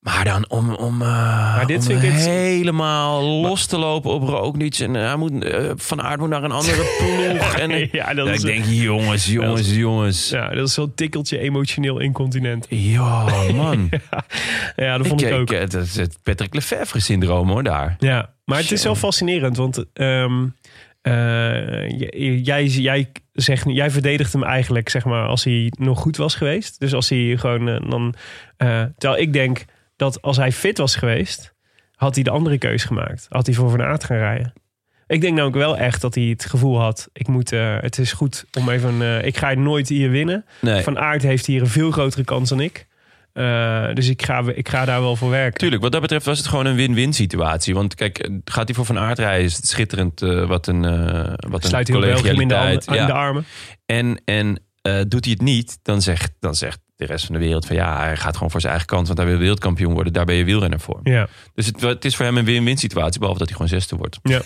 Maar dan om, om, eh, dit om vind ik het- helemaal los te lopen op Roglic. En hij moet, eh, Van Aert moet naar een andere ploeg. En, Ja, dat Ja, is- ik denk, jongens, jongens, jongens. Ja, dat is zo'n tikkeltje emotioneel incontinent. Ja, man. Ja, dat vond ik, Ik- ook. ik- Het is het Patrick Lefevre-syndroom hoor, daar. Ja, maar het is wel fascinerend, want ehm, eh, j- jij, jij, zegt, jij verdedigt hem eigenlijk, zeg maar, als hij nog goed was geweest. Dus als hij gewoon eh, dan. eh, terwijl ik denk dat als hij fit was geweest, had hij de andere keus gemaakt. Had hij voor Van Aert gaan rijden. Ik denk namelijk wel echt dat hij het gevoel had: ik moet, eh, het is goed om even. eh, ik ga nooit hier winnen. Nee. Van Aert heeft hier een veel grotere kans dan ik. Eh, dus ik ga, ik ga daar wel voor werken. Tuurlijk, wat dat betreft was het gewoon een win-win situatie. Want kijk, gaat hij voor Van Aert rijden, is het schitterend eh, wat een, eh wat Sluit een heel Belgium in de, collegialiteit. handen- in de ja. armen. En, en eh, doet hij het niet, dan zegt, dan zegt de rest van de wereld van ja, hij gaat gewoon voor zijn eigen kant, want hij wil wereldkampioen worden. Daar ben je wielrenner voor. Ja, Dus het, het is voor hem een win-win situatie, behalve dat hij gewoon zesde wordt. ja.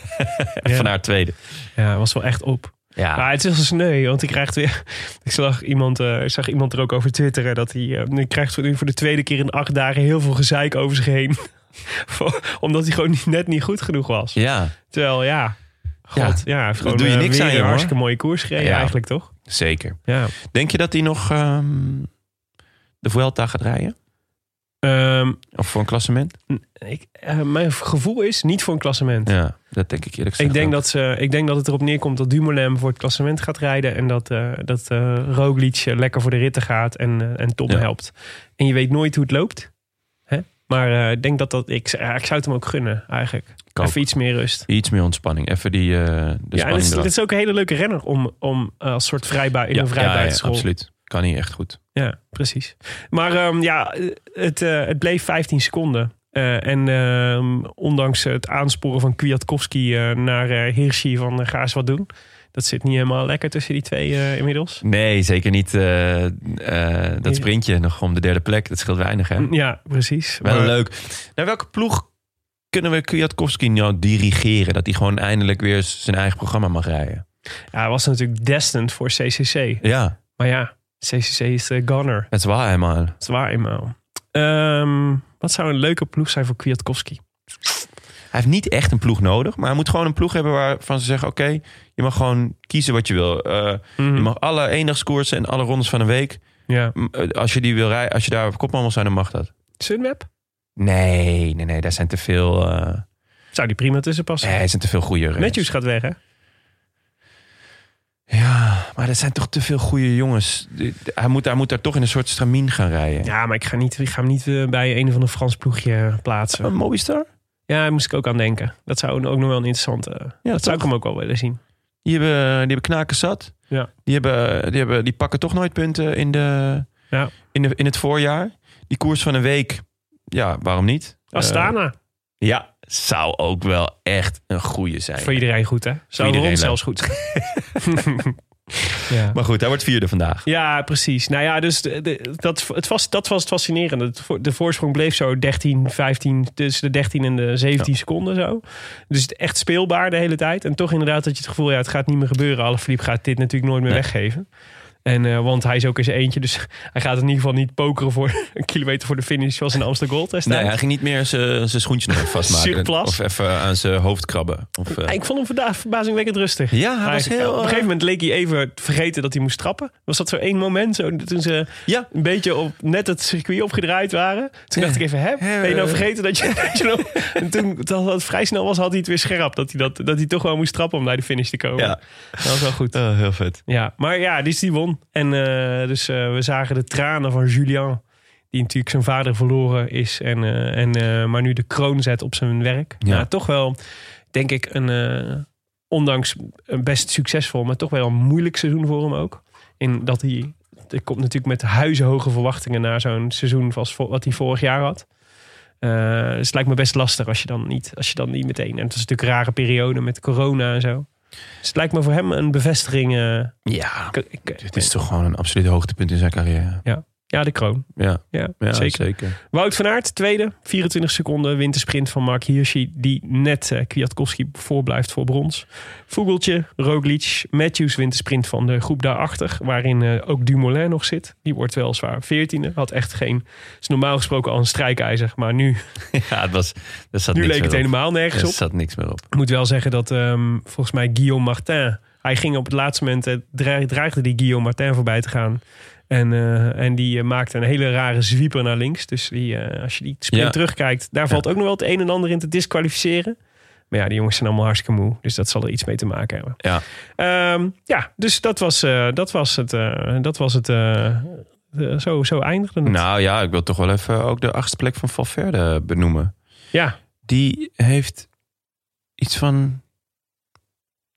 En Ja. Van Aert tweede. ja, was wel echt op. Ja. Maar het is wel sneu, want ik krijg weer. Ik zag iemand, eh, ik zag iemand er ook over twitteren dat hij. eh, nu krijgt voor, nu voor de tweede keer in acht dagen heel veel gezeik over zich heen. Voor- Omdat hij gewoon niet- net niet goed genoeg was. Ja, Terwijl, ja. God, ja, hij heeft gewoon doe je eh, niks weer aan, een joh. hartstikke mooie koers gereden Ja. eigenlijk, toch? zeker. Ja. Denk je dat hij nog ehm, de Vuelta gaat rijden? Ehm, Of voor een klassement? ik, eh, mijn gevoel is niet voor een klassement. Ja, dat denk ik eerlijk gezegd. Ik denk, ook. dat ze, ik denk dat het erop neerkomt dat Dumoulin hem voor het klassement gaat rijden. En dat, eh dat eh, Roglic eh, lekker voor de ritten gaat en, eh, en Tom Ja. helpt. En je weet nooit hoe het loopt. Hè? Maar eh, ik denk dat dat... Ik, ja, ik zou het hem ook gunnen eigenlijk. Ik ook. Even iets meer rust. Iets meer ontspanning. Even die eh, de ja, en het spanning is, het eraf. is ook een hele leuke renner om, om eh, als soort vrijbui in Ja, een vrijbuitenschool. Ja, absoluut. Kan hij echt goed. precies. Maar ehm, ja, het, eh, het bleef 15 seconden. Eh, en ehm, ondanks het aansporen van Kwiatkowski eh, naar eh Hirschi van eh, ga eens wat doen. Dat zit niet helemaal lekker tussen die twee eh, inmiddels. Nee, zeker niet eh, eh, dat sprintje nog om de derde plek. Dat scheelt weinig, hè? Ja, precies. Wel Mm. Maar- leuk. Naar welke ploeg kunnen we Kwiatkowski nou dirigeren? Dat hij gewoon eindelijk weer z- zijn eigen programma mag rijden. Ja, hij was natuurlijk destined voor CCC. Ja, Maar ja, CCC is de gunner. dat is waar helemaal. Dat is waar eenmaal. Ehm, wat zou een leuke ploeg zijn voor Kwiatkowski? Hij heeft niet echt een ploeg nodig, maar hij moet gewoon een ploeg hebben waarvan ze zeggen: oké, je mag gewoon kiezen wat je wil. Eh, Mhm. Je mag alle eendagskoersen en alle rondes van een week. Ja. m, eh, Als je die wil rijden, als je daar op kopman wil zijn, dan mag dat. Sunweb? Nee, nee, nee, daar zijn te veel. eh Zou die prima tussen passen? nee, er zijn te veel goede renners. Matthews gaat weg, hè? Ja, maar er zijn toch te veel goede jongens. Die- die- Hij moet, hij moet daar toch in een soort stramien gaan rijden. Ja, maar ik ga, niet, ik ga hem niet eh, bij een of ander Frans ploegje eh, plaatsen. Een Movistar? Ja, daar moest ik ook aan denken. Dat zou ook nog wel een interessante... Ja, dat zou toch? ik hem ook wel willen zien. Die hebben, die hebben knaken zat. Ja. Die, hebben, die, hebben, die pakken toch nooit punten in, de, Ja. in, de, in het voorjaar. Die koers van een week, ja, waarom niet? Eh, Astana, ja, zou ook wel echt een goede zijn. Eh, voor iedereen goed, hè? Zou iedereen rond leuk. zelfs goed zijn. ja. Maar goed, hij wordt vierde vandaag. Ja, precies. Nou ja, dus de- de- dat, het was, dat was het fascinerende. Het vo- De voorsprong bleef zo 13, 15, tussen de 13 en de 17 seconden zo. Dus het echt speelbaar de hele tijd. En toch inderdaad dat je het gevoel, ja, het gaat niet meer gebeuren. Alaphilippe gaat dit natuurlijk nooit meer Nee. weggeven. En, eh, want hij is ook eens eentje, dus hij gaat in ieder geval niet pokeren voor een kilometer voor de finish zoals in de Amsterdam Gold Race. Nee, hij ging niet meer zijn zijn schoentje nog even vastmaken. Surplus. of even aan zijn hoofd krabben. Of, eh, Ik vond hem vandaag verbazingwekkend rustig. Ja, hij was Eigenlijk, heel... Op een eh, gegeven moment leek hij even vergeten dat hij moest trappen. Was dat zo één moment zo, toen ze Ja. een beetje op, net het circuit opgedraaid waren? Toen dacht ik even, hè, Hè, ben je nou eh, vergeten dat je... dat je nog- en toen dat het vrij snel was, had hij het weer scherp. Dat hij, dat, dat hij toch wel moest trappen om naar de finish te komen. Ja. Dat was wel goed. Oh, heel vet. Ja, maar ja, dus die won. En eh, dus eh, we zagen de tranen van Julian. Die natuurlijk zijn vader verloren is. En, eh, en, eh, maar nu de kroon zet op zijn werk. Ja. Nou, toch wel, denk ik, een, eh, ondanks een best succesvol, maar toch wel een moeilijk seizoen voor hem ook. In dat hij, hij komt natuurlijk met huizenhoge verwachtingen naar zo'n seizoen als vo- wat hij vorig jaar had. Eh, dus het lijkt me best lastig als je dan niet, als je dan niet meteen. En het is natuurlijk een rare periode met corona en zo. Dus het lijkt me voor hem een bevestiging. eh, Ja, ik- ik- dit is toch gewoon een absoluut hoogtepunt in zijn carrière. Ja, de kroon. Ja, Ja, ja zeker. zeker. Wout van Aert, tweede. 24 seconden wintersprint van Mark Hirschi. Die net eh, Kwiatkowski voorblijft voor brons. Vogeltje, Roglic, Matthews wintersprint van de groep daarachter. Waarin eh, ook Dumoulin nog zit. Die wordt weliswaar 14e. Had echt geen... Is normaal gesproken al een strijkijzer. Maar nu, Ja, het was, er zat nu niks leek het meer op. helemaal nergens Er op. zat niks meer op. Ik moet wel zeggen dat ehm, volgens mij Guillaume Martin. Hij ging op het laatste moment. eh, dre- dreigde die Guillaume Martin voorbij te gaan. En, eh, en die eh, maakte een hele rare zwieper naar links. Dus die, eh, als je die sprint Ja. terugkijkt. daar valt ook nog wel het een en ander in te disqualificeren. Maar ja, die jongens zijn allemaal hartstikke moe. Dus dat zal er iets mee te maken hebben. Ja. Ehm, ja, dus dat was, eh, dat was het. eh, dat was het eh, eh, zo, zo eindigde het. Nou ja, ik wil toch wel even ook de achtste plek van Valverde benoemen. Ja, Die heeft iets van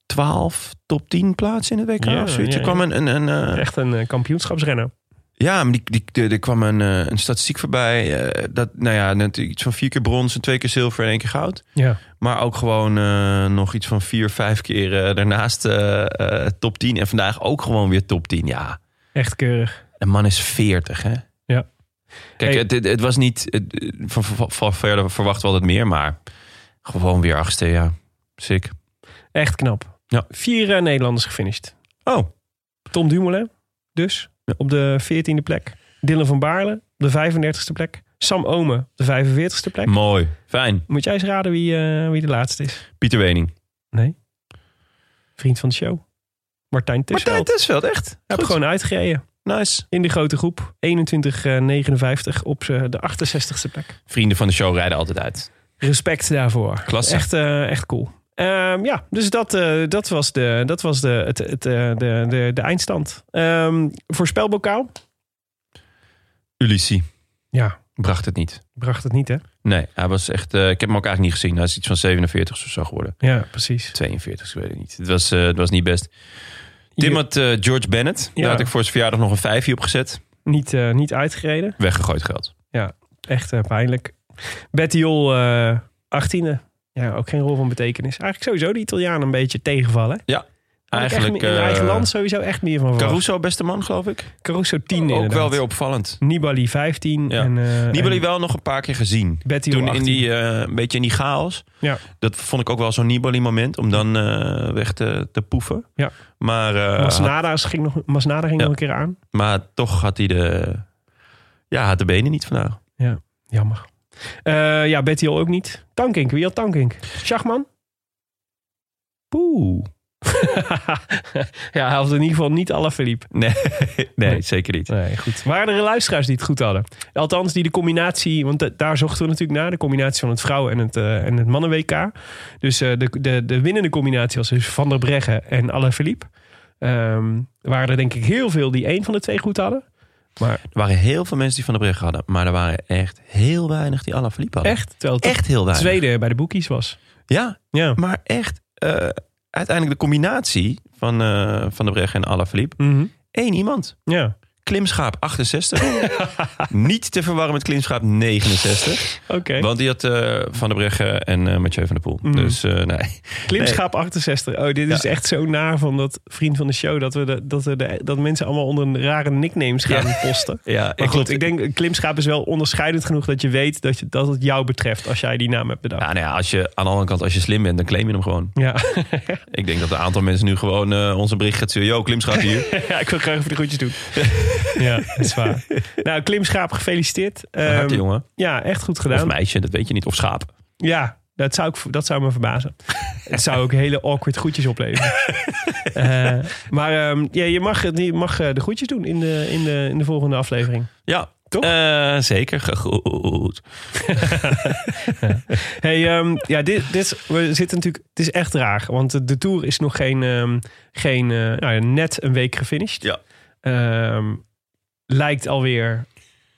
12 top 10 plaatsen in het WK Ja, of zoiets. ja, Er kwam een... een, een eh, echt een eh, kampioenschapsrenner. ja, maar die, die, er- er kwam een, eh, een statistiek voorbij. eh, dat, nou ja, net iets van vier keer brons en twee keer zilver en één keer goud. Ja. Maar ook gewoon eh, nog iets van vier, vijf keer eh, daarnaast eh, eh, top 10. En vandaag ook gewoon weer top 10. Ja, Echt keurig. de man is 40, hè? Ja. Kijk, Hey. het, het, het was niet... het- van, van, van verder verwachten we altijd meer, maar gewoon weer achtste, ja. Sick. Echt knap. Ja. Vier eh, Nederlanders gefinished. Oh, Tom Dumoulin dus op de 14e plek. Dylan van Baarle op de 35e plek. Sam Ome op de 45ste plek. Mooi. Fijn. Moet jij eens raden wie, eh, wie de laatste is? Pieter Wening. Nee. Vriend van de show. Martijn Martijn Tussveld. Tesveld, echt. Heb Goed. gewoon uitgereden. Nice. In de grote groep. 21,59 op eh, de 68ste plek. Vrienden van de show rijden altijd uit. Respect daarvoor. Klasse. Echt, eh, echt cool. Ehm, ja, dus dat, eh, dat was, de, dat was de, het, het, eh, de, de, de eindstand. Ehm voorspelbokaal? Ulissi Ja, bracht het niet. bracht het niet, hè? Nee, hij was echt... eh, ik heb hem ook eigenlijk niet gezien. Hij is iets van 47 of zo geworden. Ja, precies. 42, ik weet het niet. Het was, eh, het was niet best. Tim had eh, George Bennett. Ja. Daar had ik voor zijn verjaardag nog een vijfje op gezet. Niet, eh, niet uitgereden. Weggegooid Oh, geld. Echt eh, pijnlijk. Betty Jol, eh 18e. Ja, ook geen rol van betekenis. Eigenlijk sowieso de Italianen een beetje tegenvallen. hè? Had ik echt Eigenlijk... in hun eigen eh, land sowieso echt meer van verwacht. Caruso, beste man, geloof ik. Caruso 10 Ook inderdaad. wel weer opvallend. Nibali 15. Ja. En, eh, Nibali en wel nog een paar keer gezien. Betty Jol Toen in 18. die, eh, een beetje in die chaos. Ja. Dat vond ik ook wel zo'n Nibali-moment. Om dan eh, weg te, te poeven. Ja. Maar, eh, Masnada's ging nog, Masnada ging Ja. nog een keer aan. maar toch had hij de... Ja, had de benen niet vandaag. Jammer. Eh, ja, Betty Hill ook niet. Tankink, wie had Tankink? Schachman? Poeh. ja, hij had in ieder geval niet alle Philippe. Nee, Nee. nee, zeker niet. Nee, goed. Waren er luisteraars die het goed hadden? Althans, die de combinatie, want da- daar zochten we natuurlijk naar, de combinatie van het vrouwen- en het, eh, en het mannen-WK. Dus eh, de, de, de winnende combinatie was dus Van der Breggen en Alain Philippe. Ehm, waren er denk ik heel veel die één van de twee goed hadden. Maar Er waren heel veel mensen die Van de Brugge hadden. Maar er waren echt heel weinig die Alaphilippe hadden. echt, terwijl het Oh. Echt heel weinig. tweede bij de boekies was. Ja, Ja. maar echt. eh, uiteindelijk de combinatie van eh, Van de Brugge en Alaphilippe. Mhm. Eén iemand. Ja. Klimschaap 68. Niet te verwarren met Klimschaap 69. Oké. Want die had eh, Van de Brugge en eh, Mathieu van der Poel. Mm. Dus eh, nee. Klimschaap 68. Oh, dit is Ja. echt zo naar van dat vriend van de show. Dat, we de, dat, we de, dat mensen allemaal onder een rare nicknames gaan posten. Ja, Maar ik goed, klopt. ik denk Klimschaap is wel onderscheidend genoeg dat je weet dat, je, dat het jou betreft als jij die naam hebt Ja, bedacht. nou ja, als je, aan de andere kant, als je slim bent, dan claim je hem gewoon. Ja, Ik denk dat een aantal mensen nu gewoon eh onze bericht gaat sturen. Yo, Klimschaap hier. ja ik wil graag even de groetjes doen. ja, dat is waar. Nou, Klimschaap, gefeliciteerd. Harte Ehm, jongen. ja, echt goed Of gedaan. meisje, dat weet je niet. Of schaap. Ja, dat zou, ik, dat zou me verbazen. Het zou ook hele awkward groetjes opleveren. Eh, maar ehm, ja, je mag, je mag eh, de groetjes doen in de, in de, in de volgende aflevering. Ja, Toch? Eh, zeker, goed. Hey, ehm, ja, dit, dit, is- we zitten natuurlijk, het is echt raar. Want de- de Tour is nog geen, ehm, geen eh, nou ja, net een week gefinished. Ja. Ehm, lijkt alweer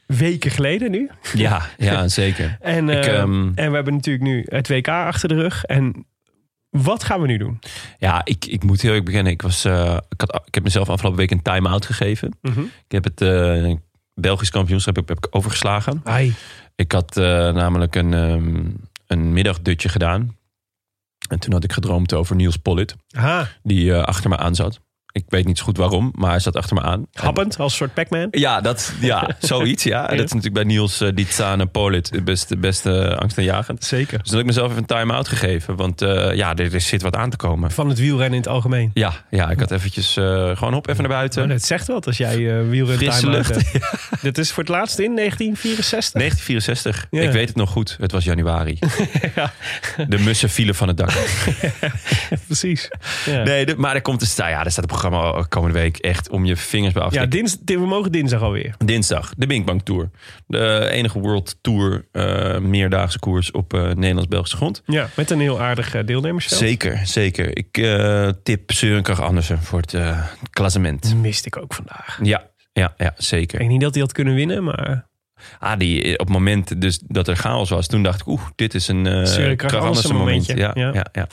weken geleden nu. Ja, ja zeker. En, Ik, ehm, ehm, en we hebben natuurlijk nu het WK achter de rug. En wat gaan we nu doen? Ja, ik, ik moet heel erg beginnen. Ik, was, eh, ik, had, ik heb mezelf afgelopen week een time-out gegeven. Mhm. Ik heb het eh, Belgisch kampioenschap heb, heb ik overgeslagen. Ai. Ik had eh, namelijk een, ehm, een middagdutje gedaan. En toen had ik gedroomd over Niels Pollitt, Ah, die eh, achter me aan zat. Ik weet niet zo goed waarom, maar hij zat achter me aan. En- happend als soort Pac-Man. Ja, dat, ja zoiets. Ja. En Dat is natuurlijk bij Niels uh, Ditsane Polit het beste, beste angstaanjagend. Zeker. Dus dan heb ik mezelf even een time-out gegeven. Want eh, ja, er, er zit wat aan te komen. Van het wielrennen in het algemeen. Ja, ja ik had eventjes eh, gewoon op, even naar Maar buiten. dat zegt wat als jij eh wielrennen Frisse time lucht. Dit is voor het laatst in 1964. 1964. Ja. Ik weet het nog goed. Het was januari. Ja. De mussen vielen van het dak. Precies. Ja. Nee, de- maar er komt een, nou ja, er staat het programma komende week echt om je vingers bij af. te Ja, likken. dins, di- we mogen dinsdag alweer. Dinsdag, de Binkbank Tour. De enige World Tour eh, meerdaagse koers op eh, Nederlands-Belgische grond. Ja. Met een heel aardig eh, deelnemersveld. Zeker, zeker. Ik eh, tip Sørenkrag Andersen voor het eh, klassement. Dat miste ik ook vandaag. Ja, ja, ja, Ik zeker. denk niet dat hij had kunnen winnen, maar Ah, die, eh, op het moment dus dat er chaos was, toen dacht ik, oeh, dit is een eh Sørenkrag Krag Andersen Andersen moment. momentje. Ja, Ja. ja. Ja,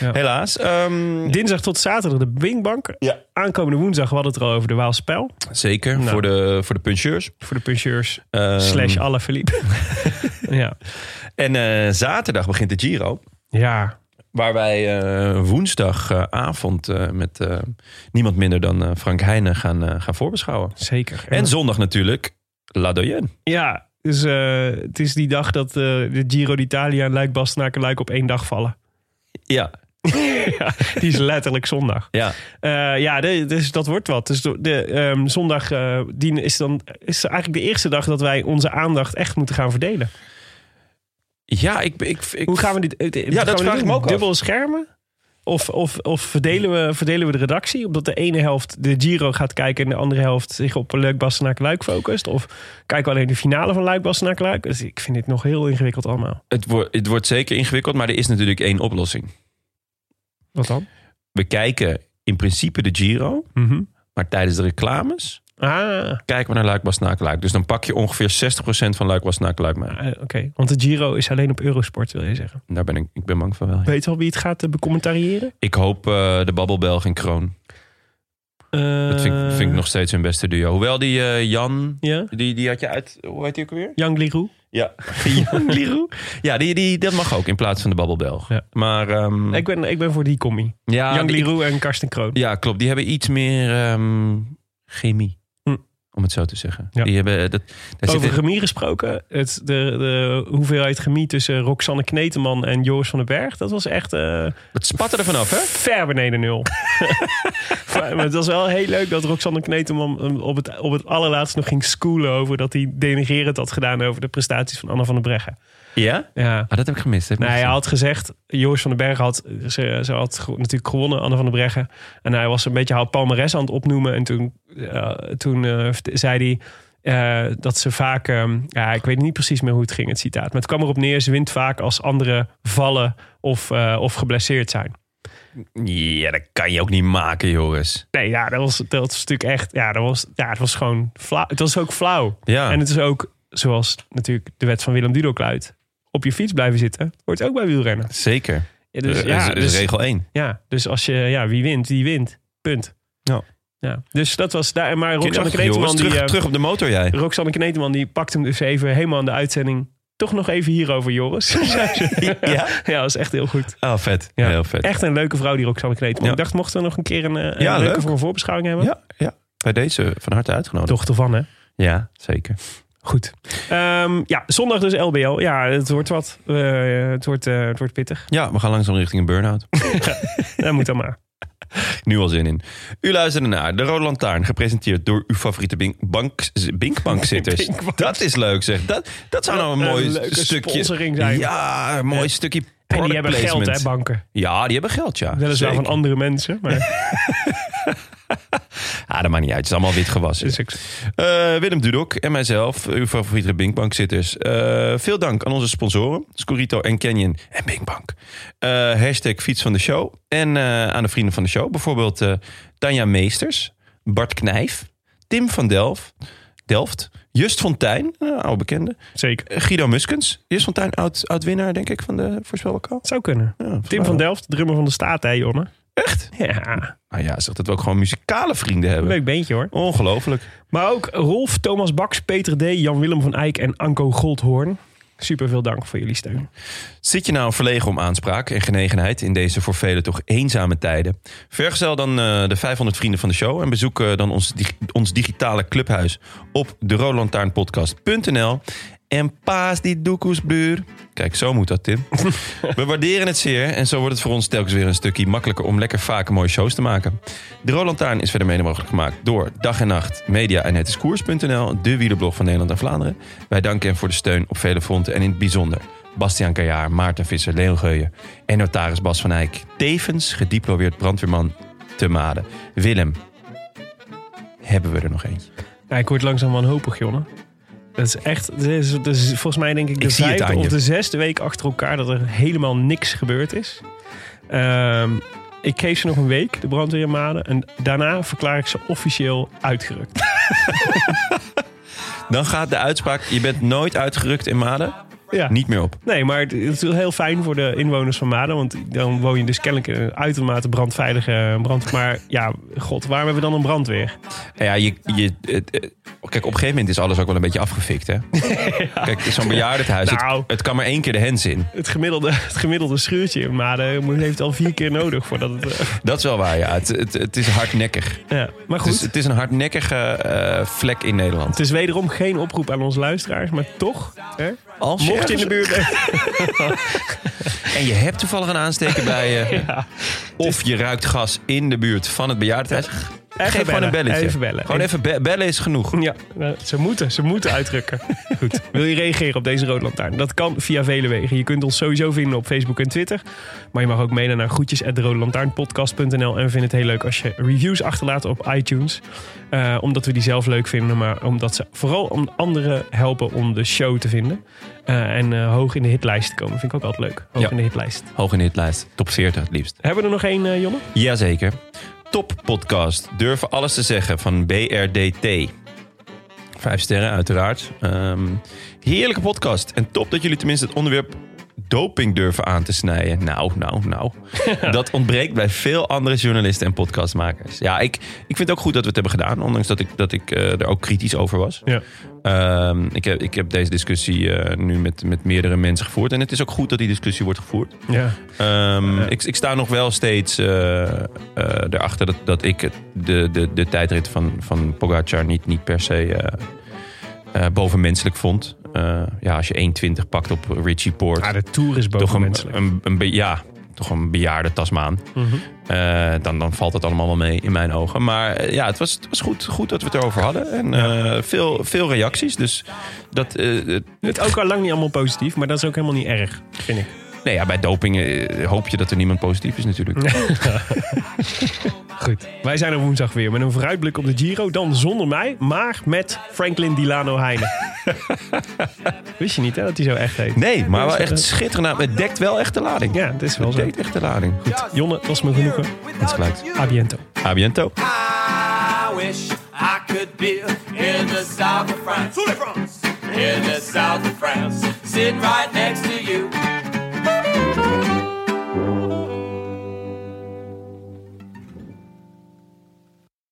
Ja. Helaas. ehm, dinsdag tot zaterdag de Wingbank. Ja. Aankomende woensdag, we hadden het er al over de Waalspel. zeker, Nou. voor, de, voor de puncheurs. Voor de puncheurs Ehm, slash alle verliep. ja. En eh, zaterdag begint de Giro. ja, Waar wij eh, woensdagavond eh, met eh, niemand minder dan eh, Frank Heijnen gaan, eh, gaan voorbeschouwen. zeker. En zondag natuurlijk La Doyenne. Ja, dus eh, het is die dag dat eh, de Giro d'Italia en Luik Bastenaken Luik op één dag vallen. Ja, Die is letterlijk zondag. Ja, Eh, ja, de- dus dat wordt wat. Dus de, de, ehm, zondag eh, die is dan is eigenlijk de eerste dag dat wij onze aandacht echt moeten gaan verdelen. ja ik, ik, ik, Hoe gaan we dit? eh, gaan dat we vraag dit ik doen? me ook af. Dubbele schermen? Of, of, of verdelen, we, verdelen we de redactie? Omdat de ene helft de Giro gaat kijken en de andere helft zich op Luik Bastenaak Luik focust? Of kijken we alleen de finale van Luik Bastenaak Luik? Dus ik vind dit nog heel ingewikkeld allemaal. het, wordt, het wordt zeker ingewikkeld, maar er is natuurlijk één oplossing. Wat dan? We kijken in principe de Giro, maar tijdens de reclames Mhm. Ah, kijken we naar Luik, Bastenaken, Luik. Dus dan pak je ongeveer 60% van Luik, Bastenaken, Luik mee. eh, oké. Want de Giro is alleen op Eurosport, wil je zeggen. Daar ben ik, ik ben bang van wel. ja. Weet al wie het gaat eh, becommentariëren? Ik hoop eh, de Babbelbelg en Kroon. Dat vind, Eh. ik- vind ik nog steeds hun beste duo. Hoewel die eh, Jan, Ja? die, die had je uit... Hoe heet die ook weer? Yang Liru? Ja, Jan Leroux. Ja, die, die, dat mag ook in plaats van de Babbelbelg. Ja. Maar ehm, Ik ben, ik ben voor die commie. ja, Yang Ah, die- Liru en Karsten Kroon. Ja, klopt. Die hebben iets meer ehm, chemie. Hm. Om het zo te zeggen. Ja. Die hebben, dat, daar Over zitten- chemie gesproken. Het, de, de hoeveelheid chemie tussen Roxanne Kneteman en Joris van den Berg. Dat was echt eh, dat spatte er vanaf, hè? ver beneden nul. maar het was wel heel leuk dat Roxanne Kneteman eh, op het, op het allerlaatst nog ging schoolen over dat hij denigerend had gedaan over de prestaties van Anna van den Breggen. Ja? Ja. Ah, dat heb ik gemist. Dat heb ik Nou, hij niet had gezegd, Joris van den Berg had, ze, ze had ge- natuurlijk gewonnen, Anne van den Breggen. En hij was een beetje haar palmares aan het opnoemen. En toen, eh, toen eh, vert- zei hij eh, dat ze vaak, ehm, ja, ik weet niet precies meer hoe het ging, het citaat. Maar het kwam erop neer, ze wint vaak als anderen vallen of, eh, of geblesseerd zijn. gezien. Ja, dat kan je ook niet maken, Joris. Nee, ja, dat was, dat was natuurlijk echt, ja, dat was, ja, het was gewoon flauw. Het was ook flauw. Ja. En het is ook, zoals natuurlijk de wet van Willem Dudok luidt, op je fiets blijven zitten, hoort ook bij wielrennen. Zeker. Ja, Dus, is, is regel 1. Ja, dus als je, ja, wie wint, die wint. Punt. Ja. ja. Dus dat was daar. Maar Roxanne Joris, Kneteman, die, terug, eh, terug op de motor, jij. Roxanne Kneteman, die pakt hem dus even helemaal in de uitzending. Toch nog even hierover, Joris. zei ze. Ja? ja, dat is echt heel goed. Oh, vet. Ja. Heel vet. Echt een leuke vrouw, die Roxanne Kneteman. Ja. Ik dacht, mochten we nog een keer een, eh, een Ja, leuke leuk. voor een voorbeschouwing hebben? Ja, ja. Bij deze van harte uitgenodigd. Dochter van, hè? Ja, zeker. Goed. Ehm, ja, zondag dus LBL. Ja, het wordt wat. Eh, het, wordt, eh, het wordt pittig. Ja, we gaan langzaam richting een burn-out. Dat moet dan maar. Nu al zin in. U luisterde naar De Rode Lantaarn, gepresenteerd door uw favoriete bink, bank, binkbankzitters. Binkbank. Dat is leuk zeg. Dat, dat zou nou een, Een mooi leuke stukje... sponsoring zijn. Ja, een mooi stukje En product die hebben geld, placement. hè, banken. Ja, die hebben geld, ja. Weliswaar Zeker. van andere mensen, maar Ah, dat maakt niet uit. Het is allemaal wit het gewassen. is ook zo. Eh, Willem Dudok en mijzelf, uw favoriete Binkbankzitters. Eh, veel dank aan onze sponsoren, Scorito en Canyon en Binkbank. Eh, hashtag fiets van de show. En eh, aan de vrienden van de show. Bijvoorbeeld eh Tanja Meesters, Bart Knijf, Tim van Delft, Delft Just Fontijn, een oude bekende. Zeker. Eh, Guido Muskens, Just Fontijn, oud, oud winnaar denk ik van de voorspelbokaal. Zou kunnen. Ja, Tim van Delft, drummer van de staat, hè, Jonne? Echt? Ja, Nou ja, zeg dat we ook gewoon muzikale vrienden hebben. leuk beentje hoor. Ongelooflijk. Maar ook Rolf, Thomas Baks, Peter D., Jan-Willem van Eyck en Anko Goldhoorn. Super veel dank voor jullie steun. Zit je nou verlegen om aanspraak en genegenheid in deze voor velen toch eenzame tijden? Vergezel dan eh, de 500 vrienden van de show en bezoek eh, dan ons, dig- ons digitale clubhuis op derolantaarnpodcast.nl. En paas die doekoes, buur. Kijk, zo moet dat, Tim. We waarderen het zeer en zo wordt het voor ons telkens weer een stukje makkelijker om lekker vaker mooie shows te maken. De Rolantaarn is verder mede mogelijk gemaakt door Dag en Nacht, Media en Het is Koers.nl, de wielerblog van Nederland en Vlaanderen. Wij danken hen voor de steun op vele fronten en in het bijzonder Bastiaan Kajaar, Maarten Visser, Leon Geuyen en notaris Bas van Eyck. Tevens gediplomeerd brandweerman te Maden. Willem, hebben we er nog eentje? Ja, ik word langzaam wanhopig, Jonne. Dat is echt, dat is, dat is volgens mij denk ik de Ik zie het vijfde aan of je. de zesde week achter elkaar dat er helemaal niks gebeurd is. Ehm, ik geef ze nog een week, de brandweermaden. En daarna verklaar ik ze officieel uitgerukt. Dan gaat de uitspraak, je bent nooit uitgerukt in Maden, Ja. niet meer op. Nee, maar het is wel heel fijn voor de inwoners van Maden. Want dan woon je dus kennelijk in een uitermate brandveilige brand. Maar ja, god, waarom hebben we dan een brandweer? Nou Ja, je, je, het- het- kijk, op een gegeven moment is alles ook wel een beetje afgefikt, hè? Kijk, zo'n bejaardentehuis, Nou. het, het kan maar één keer de hens in. Het gemiddelde, het gemiddelde schuurtje in Maden moet- heeft al vier keer nodig voordat het... eh, Dat is wel waar, ja. Het, het, het is hardnekkig. ja. Maar Het goed, is, het is een hardnekkige eh, vlek in Nederland. het is wederom geen oproep aan onze luisteraars. Maar toch, hè, Als Mocht je in de ergens- buurt bent. En je hebt toevallig een aansteker bij je. Of je ruikt gas in de buurt van het bejaardentehuis. Geef gewoon bellen, een belletje. even bellen. Gewoon even be- bellen is genoeg. Ja, eh, ze moeten, ze moeten uitdrukken. Goed. Wil je reageren op deze roodlantaarn? Dat kan via vele wegen. Je kunt ons sowieso vinden op Facebook en Twitter. Maar je mag ook mailen naar groetjes@roodlantaarnpodcast.nl En we vinden het heel leuk als je reviews achterlaat op iTunes. Eh, omdat we die zelf leuk vinden, maar omdat ze vooral om anderen helpen om de show te vinden. Eh, en eh, hoog in de hitlijst te komen. Vind ik ook altijd leuk. Hoog Ja. in de hitlijst. Hoog in de hitlijst. Top 40 het liefst. Hebben we er nog één, eh, Jonne? Jazeker. Top podcast. Durven alles te zeggen van BRDT. Vijf sterren uiteraard. Ehm, heerlijke podcast. En top dat jullie tenminste het onderwerp doping durven aan te snijden. Nou, nou, nou. dat ontbreekt bij veel andere journalisten en podcastmakers. Ja, ik, ik vind het ook goed dat we het hebben gedaan. Ondanks dat ik, dat ik eh, er ook kritisch over was. Ja. Ehm, ik, heb, ik heb deze discussie eh, nu met, met meerdere mensen gevoerd. En het is ook goed dat die discussie wordt gevoerd. Ja. Ehm, ik, ik sta nog wel steeds eh, eh, erachter dat, dat ik het- de, de, de tijdrit van, van Pogacar niet, niet per se eh, eh, bovenmenselijk vond. Eh, ja, als je 1,20 pakt op Richie Poort. Ah, de tour is toch een, bovenmenselijk. een, een be- ja, toch een bejaarde Tasmaan. Mhm. Eh, dan, dan valt het allemaal wel mee in mijn ogen. Maar eh, ja, het was, het was goed, goed dat we het erover hadden. En eh, veel, veel reacties. Dus dat, eh, het- Het ook al lang niet allemaal positief, maar dat is ook helemaal niet erg, vind ik. nee, ja, bij doping eh, hoop je dat er niemand positief is natuurlijk. Goed. Wij zijn er woensdag weer met een vooruitblik op de Giro. Dan zonder mij, maar met Franklin Dilano Heine. Wist je niet hè, dat hij zo echt heet? Nee, maar wel echt dat- schitterend. aan- Het dekt wel echt de lading. Ja, het is wel Het zo. dekt echt de lading. Goed. Jonne, het was me genoegen. Dat is geluid. A biento. A biento. I wish I could be in the south of France. In the south of France. Sit right next